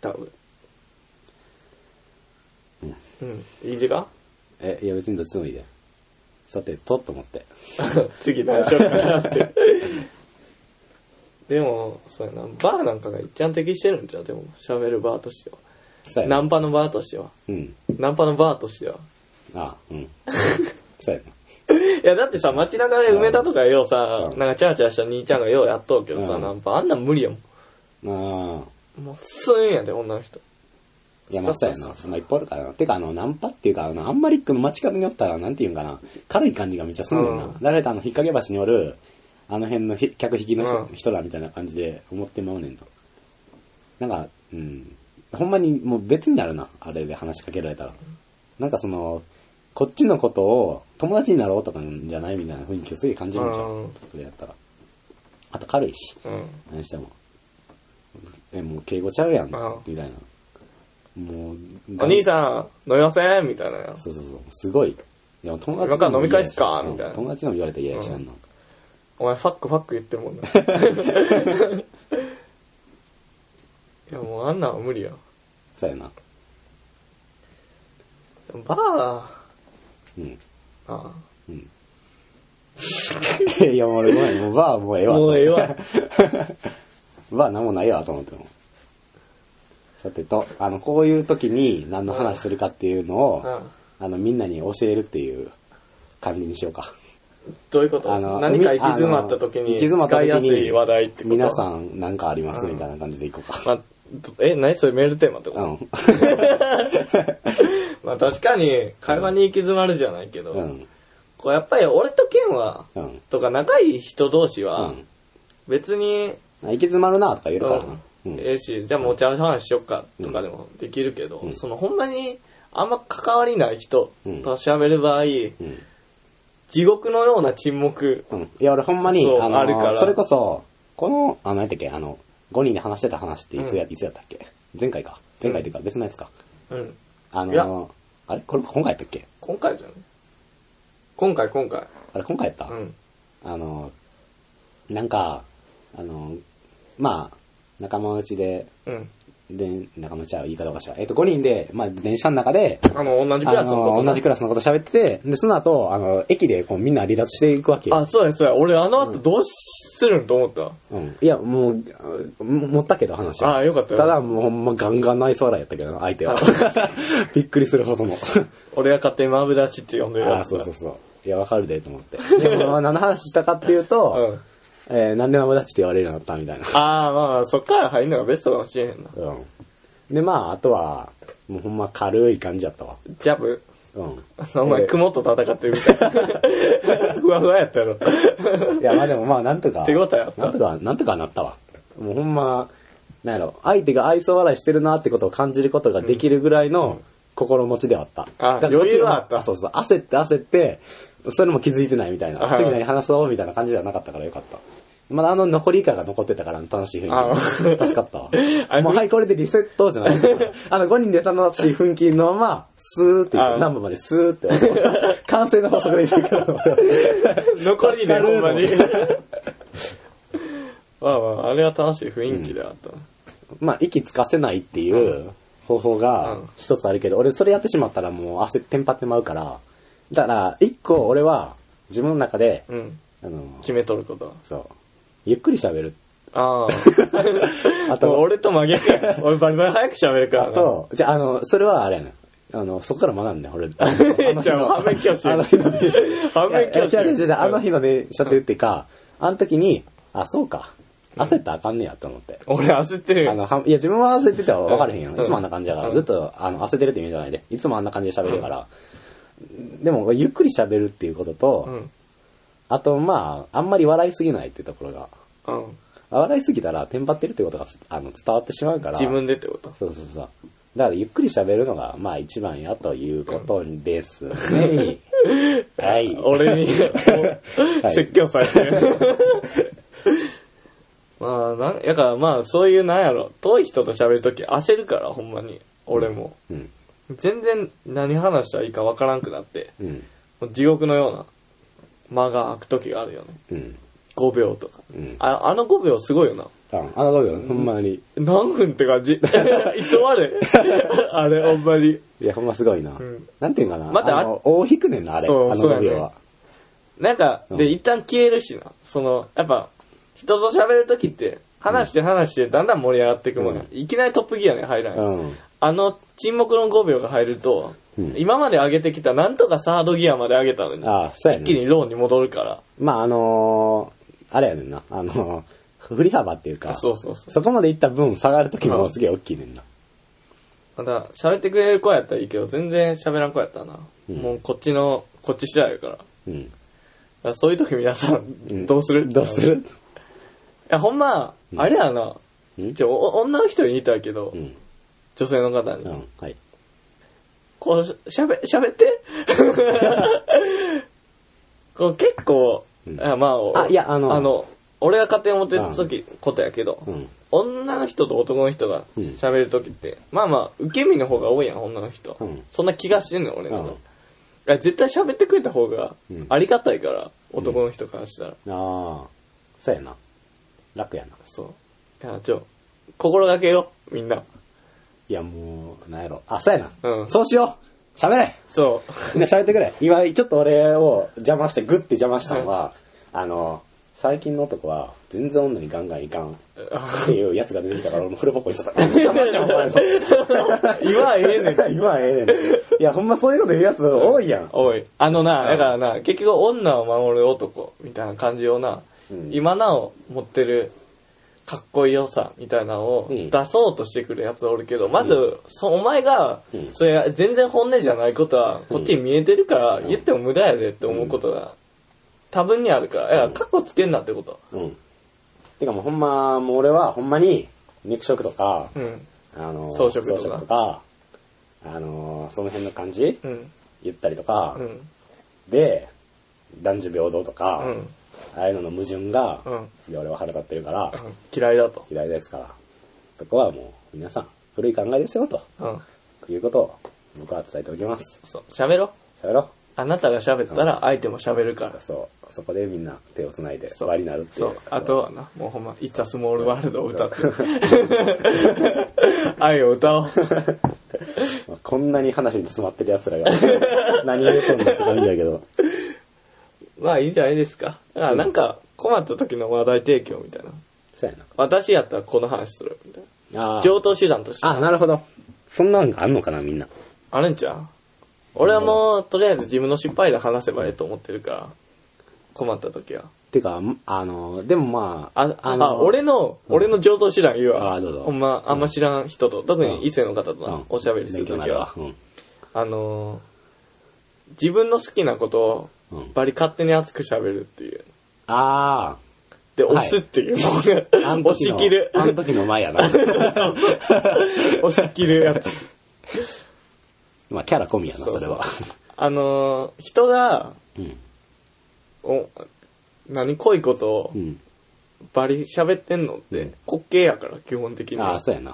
Speaker 1: 多分。うん。いい時間
Speaker 2: え、いや、別にどっちでもいいで。さて、と、と思って。
Speaker 1: 次何しようかなって。 でも、そうやな。バーなんかが一ん適してるんちゃうでも、喋るバーとしては。
Speaker 2: そうやな
Speaker 1: ナンパのバーとしては。
Speaker 2: うん。
Speaker 1: ナンパのバーとしては。
Speaker 2: あ うん。そうやな。
Speaker 1: いや、だってさ、街中で梅田とかようさ、
Speaker 2: うん
Speaker 1: なんかチャラチャラした兄ちゃんがようやっとうけどさ、
Speaker 2: うん
Speaker 1: ナンパあんなん無理やも
Speaker 2: ああ。
Speaker 1: ん。もう、すんやで、女の人。
Speaker 2: いや、まあ、そうやな。まあ、いっぱいあるからな。てか、あの、ナンパっていうか、あの、あんまりこの街角におったら、なんていうんかな、軽い感じがめっちゃすんねんな。
Speaker 1: うん
Speaker 2: だから、あの、引っ掛け橋におる、あの辺のひ客引きの人,、
Speaker 1: うん
Speaker 2: 人らみたいな感じで思ってまうねんな。なんか、うん。ほんまに、もう別になるな。あれで話しかけられたら。なんかその、こっちのことを友達になろうとかんじゃないみたいな雰囲気をすげえ感じるんちゃ
Speaker 1: う
Speaker 2: うんそれやったら。あと軽いし。
Speaker 1: うん。
Speaker 2: 何しても。え、もう敬語ちゃうやん
Speaker 1: ああ、
Speaker 2: みたいな。もう、
Speaker 1: お兄さん、飲みませんみたいなやつ。
Speaker 2: そうそうそう、すごい。でも友達
Speaker 1: 今から飲み会っすか
Speaker 2: うん
Speaker 1: みたいな
Speaker 2: 友達でも言われて嫌やしなんの。
Speaker 1: お前、ファックファック言ってるもんな。い や、もうあんなんは無理や。
Speaker 2: そうやな。
Speaker 1: でもバー、
Speaker 2: うん。
Speaker 1: あ
Speaker 2: いや、もう俺ごめん、もうバーもうええ
Speaker 1: あ
Speaker 2: わ。
Speaker 1: もうええ わ。
Speaker 2: バーなんもないわ、と思っても。さてと、あの、こういう時に何の話するかっていうのを、
Speaker 1: うん
Speaker 2: あの、みんなに教えるっていう感じにしようか。
Speaker 1: どういうこと
Speaker 2: あの
Speaker 1: 何か行き詰まった時
Speaker 2: あの行
Speaker 1: に
Speaker 2: き詰まった
Speaker 1: 使
Speaker 2: 時
Speaker 1: いやす
Speaker 2: に
Speaker 1: い話題ってこと
Speaker 2: 皆さんなんかあります
Speaker 1: うん
Speaker 2: みたいな感じでいこうか。
Speaker 1: まあ、どえ、何それメールテーマってこ
Speaker 2: う
Speaker 1: と
Speaker 2: ん。
Speaker 1: まあ確かに、会話に行き詰まるじゃないけど、
Speaker 2: うん。
Speaker 1: こうやっぱり俺とケンは、
Speaker 2: うん。
Speaker 1: とか仲いい人同士
Speaker 2: う
Speaker 1: は
Speaker 2: ん、。
Speaker 1: 別に、
Speaker 2: あ行き詰まるなとか言えるからな。う
Speaker 1: うん
Speaker 2: ん。
Speaker 1: ええし、じゃあもうお茶の話しよっかとかでもできるけど、
Speaker 2: ん
Speaker 1: そのほんまにあんま関わりない人
Speaker 2: うん
Speaker 1: と喋る場合、
Speaker 2: うん。
Speaker 1: 地獄のような沈黙、
Speaker 2: うん。いや、俺ほんまに
Speaker 1: そう、
Speaker 2: あの
Speaker 1: あるから
Speaker 2: それこそ、この、あの、何やったっけ、あの、5人で話してた話っていつや、いつやったっけ前回か。前回っていうか、別のやつか。
Speaker 1: うん、
Speaker 2: あ
Speaker 1: いや
Speaker 2: の、あれこれ今回やったっけ
Speaker 1: 今回じゃん今回今回、
Speaker 2: あれ今回やった
Speaker 1: うん、
Speaker 2: あの、なんか、あの、まあ、仲間内で、
Speaker 1: うん、
Speaker 2: で、仲間内は言い方おかしいわ。えっと、5人で、まあ、電車の中で、
Speaker 1: あの同じク
Speaker 2: あ
Speaker 1: ラスのこと
Speaker 2: の、
Speaker 1: な
Speaker 2: 同じクラスのこと喋ってて、で、その後、あの、駅でこうみんな離脱していくわけよ。
Speaker 1: あ、そうやそうや、俺あの後どうしするんと思った、
Speaker 2: うん。いや、もう、あも持ったけど話は
Speaker 1: あよかったよ
Speaker 2: ただ、もうほんまガンガン内装らやったけどな、相手は。 びっくりす るほどの。
Speaker 1: 俺が勝手にマブダシって呼んでる
Speaker 2: あ
Speaker 1: や
Speaker 2: あ、
Speaker 1: つ
Speaker 2: そ
Speaker 1: だ
Speaker 2: うそうそう。いや、わかるで、と思って。でも、まあ何の話したかっていうと、えーなんでマブダチって言われるようになったみたいな。
Speaker 1: ああ、まあ、そっから入るのがベストかもしれへんな。
Speaker 2: うん。で、まあ、あとは、もうほんま軽い感じやったわ。
Speaker 1: ジャブ
Speaker 2: うん。
Speaker 1: お前、雲と戦ってるみたい な。ふわふわやったや ろ。
Speaker 2: いや、まあでもまあ、なんとか。
Speaker 1: 手応えあった
Speaker 2: なんとか、なんとかなったわ。もうほんま、なんやろ、相手が愛想笑いしてるなってことを感じることができるぐらいの心持ちではあった。
Speaker 1: あ
Speaker 2: だからこっち
Speaker 1: 余裕は
Speaker 2: が
Speaker 1: あった
Speaker 2: そうそう、焦って焦って、それも気づいてないみたい
Speaker 1: は
Speaker 2: な。
Speaker 1: い
Speaker 2: 次何話そうみたいな感じじゃなかったからよかった。まだあの残り以下が残ってたから、楽しい
Speaker 1: あ
Speaker 2: 雰囲 気。助かった
Speaker 1: あ
Speaker 2: わ。もう、はい、これでリセットじゃない。 あの、5人で楽しい雰囲気のまま、スーって
Speaker 1: あ、
Speaker 2: 何部までスーって、 完成の法則でいくから。
Speaker 1: 残り
Speaker 2: 助か
Speaker 1: で
Speaker 2: る
Speaker 1: ほんまに まあまああれは楽しい雰囲気ではあったな、
Speaker 2: まあ、息つかせないっていう方法が
Speaker 1: うん
Speaker 2: 一つあるけど、俺それやってしまったらもう汗テンパってまうから、だから、一個俺は自分の中で、
Speaker 1: うん
Speaker 2: あの、
Speaker 1: 決めとること
Speaker 2: そう、ゆっくり喋る。
Speaker 1: あ あ
Speaker 2: あ
Speaker 1: もう
Speaker 2: と、
Speaker 1: 俺と真逆や俺バリバリ早く喋るから
Speaker 2: あ
Speaker 1: な
Speaker 2: と、じゃあ、あの、それはあれやねん。あの、そこから学んでん、俺。あ の
Speaker 1: じゃあ反面教師
Speaker 2: あの日の電車で。
Speaker 1: 反面教師
Speaker 2: いや違う違う違う、あの日の電車でっていうか、あの時に、あ、そうか。焦ったらあかんねやと思って。
Speaker 1: 俺焦ってる
Speaker 2: あの、はいや、自分は焦ってたら分かれへんや。
Speaker 1: うんん
Speaker 2: いつもあんな感じやから、
Speaker 1: うん
Speaker 2: ずっと、あの、焦ってるって意味じゃないで。いつもあんな感じで喋るから。でも、ゆっくり喋るっていうことと、
Speaker 1: うん
Speaker 2: あと、まあ、あんまり笑いすぎないっていうところが。
Speaker 1: うん
Speaker 2: 笑いすぎたら、テンパってるってことが、あの、伝わってしまうから。
Speaker 1: 自分でってこと
Speaker 2: そうそうそう。だから、ゆっくり喋るのが、まあ、一番やということです ね。はい。
Speaker 1: 俺に
Speaker 2: はい
Speaker 1: 説教されてる まあなんやからまあそういうなんやろ遠い人と喋るとき焦るからほんまに俺も、
Speaker 2: うん。
Speaker 1: 全然何話したらいいかわからんくなって
Speaker 2: うん。
Speaker 1: もう地獄のような間が空くときがあるよね
Speaker 2: うん。
Speaker 1: 5秒とか、
Speaker 2: うん
Speaker 1: ああの5秒すごいよな
Speaker 2: ああの時は、ほんまに。
Speaker 1: 何分って感じ いつまで あれほんまに
Speaker 2: いや、ほんますごいな。
Speaker 1: ん
Speaker 2: なんていうんかな。
Speaker 1: また
Speaker 2: あの、大引くねんな、あれ。あ
Speaker 1: そう
Speaker 2: の
Speaker 1: そうや
Speaker 2: 5
Speaker 1: ね
Speaker 2: 秒は。
Speaker 1: なんか、
Speaker 2: うん
Speaker 1: で、一旦消えるしな。その、やっぱ、人と喋るときって、話して話して、だんだん盛り上がっていくもんや、
Speaker 2: うん
Speaker 1: いきなりトップギアに入らんやん、
Speaker 2: うん。
Speaker 1: あの、沈黙の5秒が入ると、
Speaker 2: うん
Speaker 1: 今まで上げてきた、なんとかサードギアまで上げたのに、
Speaker 2: ああ、そうや
Speaker 1: 一気
Speaker 2: ね。
Speaker 1: にローに戻るから。
Speaker 2: まあ、あのー、あれやねんな。あのー、振り幅っていうか、
Speaker 1: そうそうそ
Speaker 2: そこまで行った分下がるとき
Speaker 1: う
Speaker 2: も
Speaker 1: ん
Speaker 2: すげえ大きいねんな。
Speaker 1: う。また、喋ってくれる子やったらいいけど、全然喋らん子やったらな。
Speaker 2: うん
Speaker 1: もう、こっちの、こっち次第やから。だか
Speaker 2: うん。
Speaker 1: らそういう時皆さ
Speaker 2: うん
Speaker 1: ん、どうする、
Speaker 2: どうする
Speaker 1: いや、ほんま、あれやな。
Speaker 2: うん
Speaker 1: ちょ、お女の人に言いたいけど、
Speaker 2: うん。
Speaker 1: 女性の方に。
Speaker 2: うん。はい。
Speaker 1: こうし、しゃべ、しゃべっ て。こう結構、
Speaker 2: うん
Speaker 1: あまあ、
Speaker 2: あいやあの
Speaker 1: あの、俺が勝手に思ってる時ことやけど、
Speaker 2: うん。
Speaker 1: 女の人と男の人が
Speaker 2: うん
Speaker 1: 喋る時って、まあまあ、受け身の方が多いやん、女の人。
Speaker 2: うん
Speaker 1: そんな気がしてんねん、俺
Speaker 2: う
Speaker 1: の。
Speaker 2: ん
Speaker 1: いや絶対喋ってくれた方が
Speaker 2: うん
Speaker 1: ありがたいから、男の人からしたら。
Speaker 2: ああ、そうやな。楽やな。
Speaker 1: そう。いや、ちょ、心がけよう、みんな。
Speaker 2: いや、もう、なんやろ。あ、そうやな。
Speaker 1: うん
Speaker 2: そうしよう喋れ
Speaker 1: そう。
Speaker 2: みんな喋って くれ。今、ちょっと俺を邪魔して、グッて邪魔したのは、あの、最近の男は、全然女にガンガンいかん。っていうやつが出てきたから、俺もフルボコにしとった。 邪魔じゃん、お前の。
Speaker 1: 今はええねん。
Speaker 2: 今はええねん。いや、ほんまそういうこと言うやつ多いやん。
Speaker 1: おい。あのな、
Speaker 2: うん
Speaker 1: だからな、結局女を守る男みたいな感じをな、
Speaker 2: うん
Speaker 1: 今なお持ってるかっこいい良さみたいなのを
Speaker 2: うん
Speaker 1: 出そうとしてくるやつおるけど、まず、そお前が、
Speaker 2: うん
Speaker 1: それ全然本音じゃないことは、こっちに見えてるから、言っても無駄やでって思うことが多分にあるから、いや、かっこつけんなってこと。
Speaker 2: うん。てかもうほんま、もう俺はほんまに、肉食とか、
Speaker 1: うん。
Speaker 2: あの、
Speaker 1: 装飾とか
Speaker 2: かあの、その辺の感じ、
Speaker 1: うん。
Speaker 2: 言ったりとか、
Speaker 1: うん。
Speaker 2: で、男女平等とか、
Speaker 1: うん。
Speaker 2: ああいうのの矛盾が、
Speaker 1: うん
Speaker 2: すげえ俺は腹立ってるから、
Speaker 1: うん嫌いだと。
Speaker 2: 嫌いですから、そこはもう、皆さん、古い考えですよ、と
Speaker 1: うん。
Speaker 2: いうことを、僕は伝えておきます。
Speaker 1: そう。喋ろ。
Speaker 2: 喋ろう。
Speaker 1: あなたが喋ったら相手も喋るから。
Speaker 2: そう、そこでみんな手をつないで
Speaker 1: そ
Speaker 2: 終
Speaker 1: う
Speaker 2: わりになるっていう。
Speaker 1: そうあとはなもうほんま「It's a Small World」を 歌って愛を歌おう
Speaker 2: まあこんなに話に詰まってる奴ら が、何言うとんのって感じやけど。
Speaker 1: まあいいんじゃないですかあなんか困った時の話題提供みたいな
Speaker 2: そうやな。
Speaker 1: 私やったらこの話するみたい
Speaker 2: あ
Speaker 1: な
Speaker 2: ー
Speaker 1: 上等手段として
Speaker 2: あ、なるほど。そんなんがあんのかな、みんな。
Speaker 1: あるんちゃう俺はもうとりあえず自分の失敗で話せばええと思ってるから困った時は
Speaker 2: てか、あの、でもまあ、
Speaker 1: あ、あ
Speaker 2: の
Speaker 1: 俺の、俺の上等手段言うわ。
Speaker 2: あどうぞ
Speaker 1: ほんま、あんま知らん人と、特に異性の方と
Speaker 2: う
Speaker 1: なんおしゃべりするとき
Speaker 2: 勉強になる
Speaker 1: は
Speaker 2: わ、うん
Speaker 1: あのー自分の好きなこと
Speaker 2: う
Speaker 1: を
Speaker 2: ん
Speaker 1: バリ勝手に熱く喋るっていう。
Speaker 2: あ
Speaker 1: で、
Speaker 2: はい
Speaker 1: 押すっていう。
Speaker 2: あ、あの 時の
Speaker 1: 押し切る。
Speaker 2: あの時の前 やな。
Speaker 1: 押し切るやつ。
Speaker 2: まあ、キャラ込みやな、それは。
Speaker 1: うあのー人が、
Speaker 2: うん。
Speaker 1: お何、濃いことを
Speaker 2: うん。
Speaker 1: バリ喋ってんのって、滑稽やから、基本的に
Speaker 2: あ
Speaker 1: は
Speaker 2: あ、。そうやな。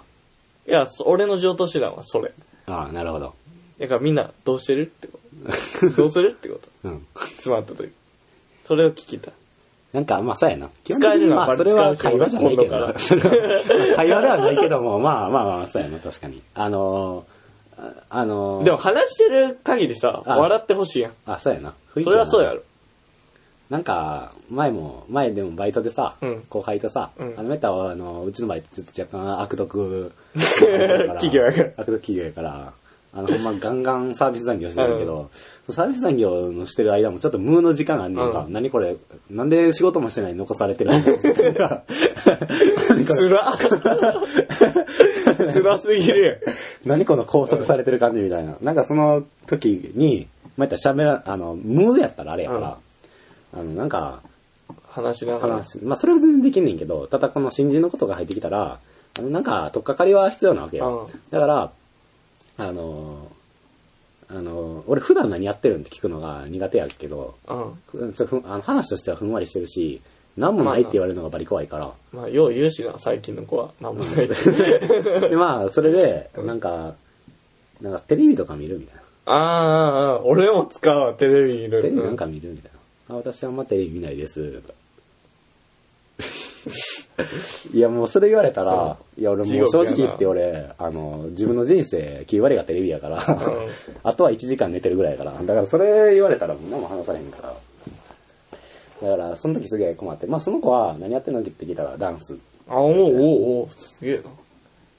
Speaker 1: いや、そ俺の上等手段はそれ。
Speaker 2: ああ、なるほど。
Speaker 1: だからみんな、どうしてるって こと。どうするってこと。
Speaker 2: うん。
Speaker 1: 詰まった時。それを聞きたい。
Speaker 2: なんか、まあ、そうやな。
Speaker 1: 使えるのは
Speaker 2: まあ、それは会話じゃないけど
Speaker 1: バリ
Speaker 2: な。それは 会話ではないけども、まあまあまあ、そうやな、確かに。あのー、ああのー、
Speaker 1: でも話してる限りさ、
Speaker 2: あ
Speaker 1: 笑ってほしいやん。
Speaker 2: あ、そうやな。雰囲気
Speaker 1: それはそうや
Speaker 2: な。
Speaker 1: ろ。
Speaker 2: なんか、前も、前でもバイトでさ、
Speaker 1: うん
Speaker 2: 後輩とさ、
Speaker 1: うん
Speaker 2: あのメタは、あの、うちのバイトちょっと若干 悪徳
Speaker 1: 企業やから
Speaker 2: 悪徳企業やから、あの、ほんまガンガンサービス残業してるけど、サービス残業のしてる間もちょっと無の時間があんねんか、
Speaker 1: うん
Speaker 2: 何これ、なんで仕事もしてないのに残されてるの 何これ
Speaker 1: つら。 つらすぎる
Speaker 2: 何この拘束されてる感じみたいな。なんかその時に、まあ、言ったら喋ら、あの、ムードやったらあれやから、あの、なんか、
Speaker 1: やん。話しながら。
Speaker 2: 話、まあ、それは全然できんねんけど、ただこの新人のことが入ってきたら、あのなんか、とっかかりは必要なわけよ。
Speaker 1: うん
Speaker 2: だから、あのーあのー俺普段何やってるんって聞くのが苦手やけど、
Speaker 1: うん。
Speaker 2: ふちょふんあの話としてはふんわりしてるし、何もないって言われるのがバリ怖いから、
Speaker 1: まあ、よう言うしな、最近の子は。なんもない って。
Speaker 2: で、まあ、それで、なんか、なんかテレビとか見るみたいな。
Speaker 1: あーあー、あー俺も使うわ、テレビいる。
Speaker 2: テレビなんか見るみたいな。あ、私あんまテレビ見ない です。いや、もうそれ言われたら
Speaker 1: そ、
Speaker 2: いや、俺
Speaker 1: 地
Speaker 2: もう
Speaker 1: 獄
Speaker 2: 正
Speaker 1: やな
Speaker 2: 直言って俺、あの、自分の人生9割がテレビやから、
Speaker 1: ん
Speaker 2: あとは1時間寝てるぐらいやから。だからそれ言われたらもう何も話されへんから。だから、その時すげえ困って。まあ、その子は何やってんのって聞いたら、ダンス。
Speaker 1: あ、おうおうおう、すげえな。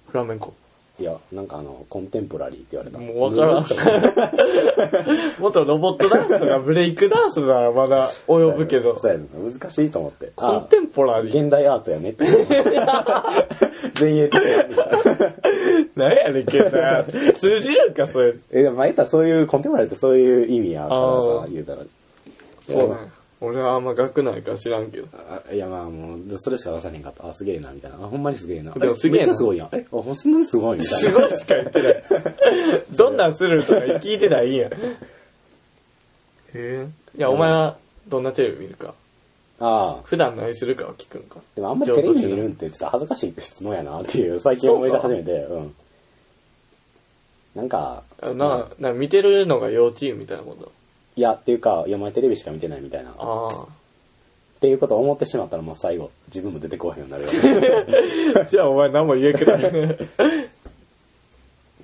Speaker 1: フラメンコ。
Speaker 2: いや、なんかあの、コンテンポラリーって言われた。
Speaker 1: もうわ からん。元ロボットダンスがブレイクダンスならまだ及ぶけど
Speaker 2: そ、うやね難しいと思って。
Speaker 1: コンテンポラリー。
Speaker 2: 現代アートや ねって。前衛的やね
Speaker 1: なんやねんけどな。通じるんか、それ。
Speaker 2: え、でも、まあ言ったらそういう、コンテンポラリーってそういう意味やから
Speaker 1: あ
Speaker 2: さ、
Speaker 1: ー
Speaker 2: 言うたら。
Speaker 1: そうなんや俺はあんま学ないから知らんけど。
Speaker 2: あいや、まあもう、それしか出さへんかった。あ、すげえな、みたいな。あ、ほんまにすげえな。
Speaker 1: でもすげえな
Speaker 2: めっちゃすごいやん。え、あ、ほんそんなにすごいみたい
Speaker 1: す
Speaker 2: な。
Speaker 1: ごいしか言ってない。 どんなんするとか聞いてないんや。へえ。いや、お前はどんなテレビ見るか。
Speaker 2: ああ。
Speaker 1: 普段何するかを聞くんか。
Speaker 2: でもあんまりテレビ見るんってちょっと恥ずかしい質問やなっていう、最近思い出始めて、うん。なんか、
Speaker 1: あな、な、見てるのが幼稚園みたいなこと。
Speaker 2: いや、っていうか、いや、お前テレビしか見てないみたいな。っ
Speaker 1: あ
Speaker 2: ていうことを思ってしまったらもう最後、自分も出てこうへんようになるよね。
Speaker 1: あ。 じゃあお前何も言えく ない。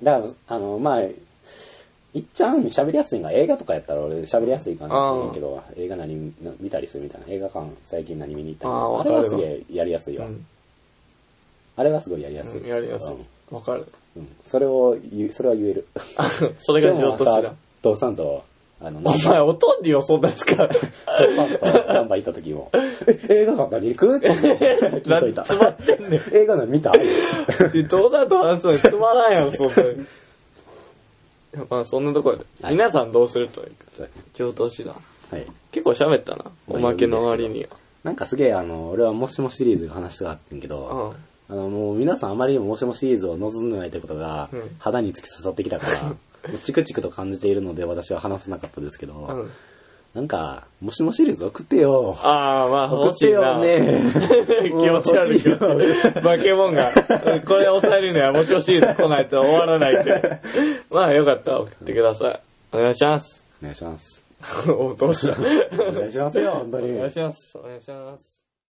Speaker 2: だから、あの、まあ、いっちゃん喋りやすいんが映画とかやったら俺喋りやすいかなと思うけど、映画何な見たりするみたいな。映画館最近何見に行った
Speaker 1: あー
Speaker 2: のあ
Speaker 1: わか
Speaker 2: れ
Speaker 1: るわ
Speaker 2: はすげえやりやすいわ。
Speaker 1: うん
Speaker 2: あれはすごいやりやすい。
Speaker 1: うんやりやすい
Speaker 2: うん。
Speaker 1: わかる。
Speaker 2: うんそれを言う、それは言える。
Speaker 1: それが上等手
Speaker 2: さ
Speaker 1: 段。、
Speaker 2: 父さんと、あの、ナン
Speaker 1: お
Speaker 2: バー
Speaker 1: 前、おとんによ、そんな使 う。
Speaker 2: 父さんとナンバー行った時も、え映画館何行くって聞いといた。
Speaker 1: 詰まってんねん。
Speaker 2: 映画何見た
Speaker 1: どうだと話すのにつまらんやろ、そんなに。まあ、そんなところで。
Speaker 2: はい
Speaker 1: 皆さんどうするというか。上等手段。
Speaker 2: はい。
Speaker 1: 結構喋ったな。おまけの終わりには。
Speaker 2: なんかすげえ、あの、俺はもしもシリーズの話があってんけど、
Speaker 1: うん。
Speaker 2: あの、もう皆さんあまりにももしもシリーズを望んでないということが
Speaker 1: うん、
Speaker 2: 肌に突き刺さってきたか ら、もうチクチクと感じているので私は話せなかったですけど、
Speaker 1: うん
Speaker 2: なんか、もしもシリーズ送ってよ。
Speaker 1: ああ、まあ、
Speaker 2: 送
Speaker 1: 欲
Speaker 2: っ
Speaker 1: していな。
Speaker 2: よね。
Speaker 1: 気持ち悪いけど。化け物 が。うんこれ抑えるには、もしもシリーズ来ないと終わらない って。まあ、よかったら送ってください。お願いします。
Speaker 2: お願いします。
Speaker 1: お、どうした
Speaker 2: お願いしますよ、本当
Speaker 1: お
Speaker 2: に
Speaker 1: 願い。します。お願いします。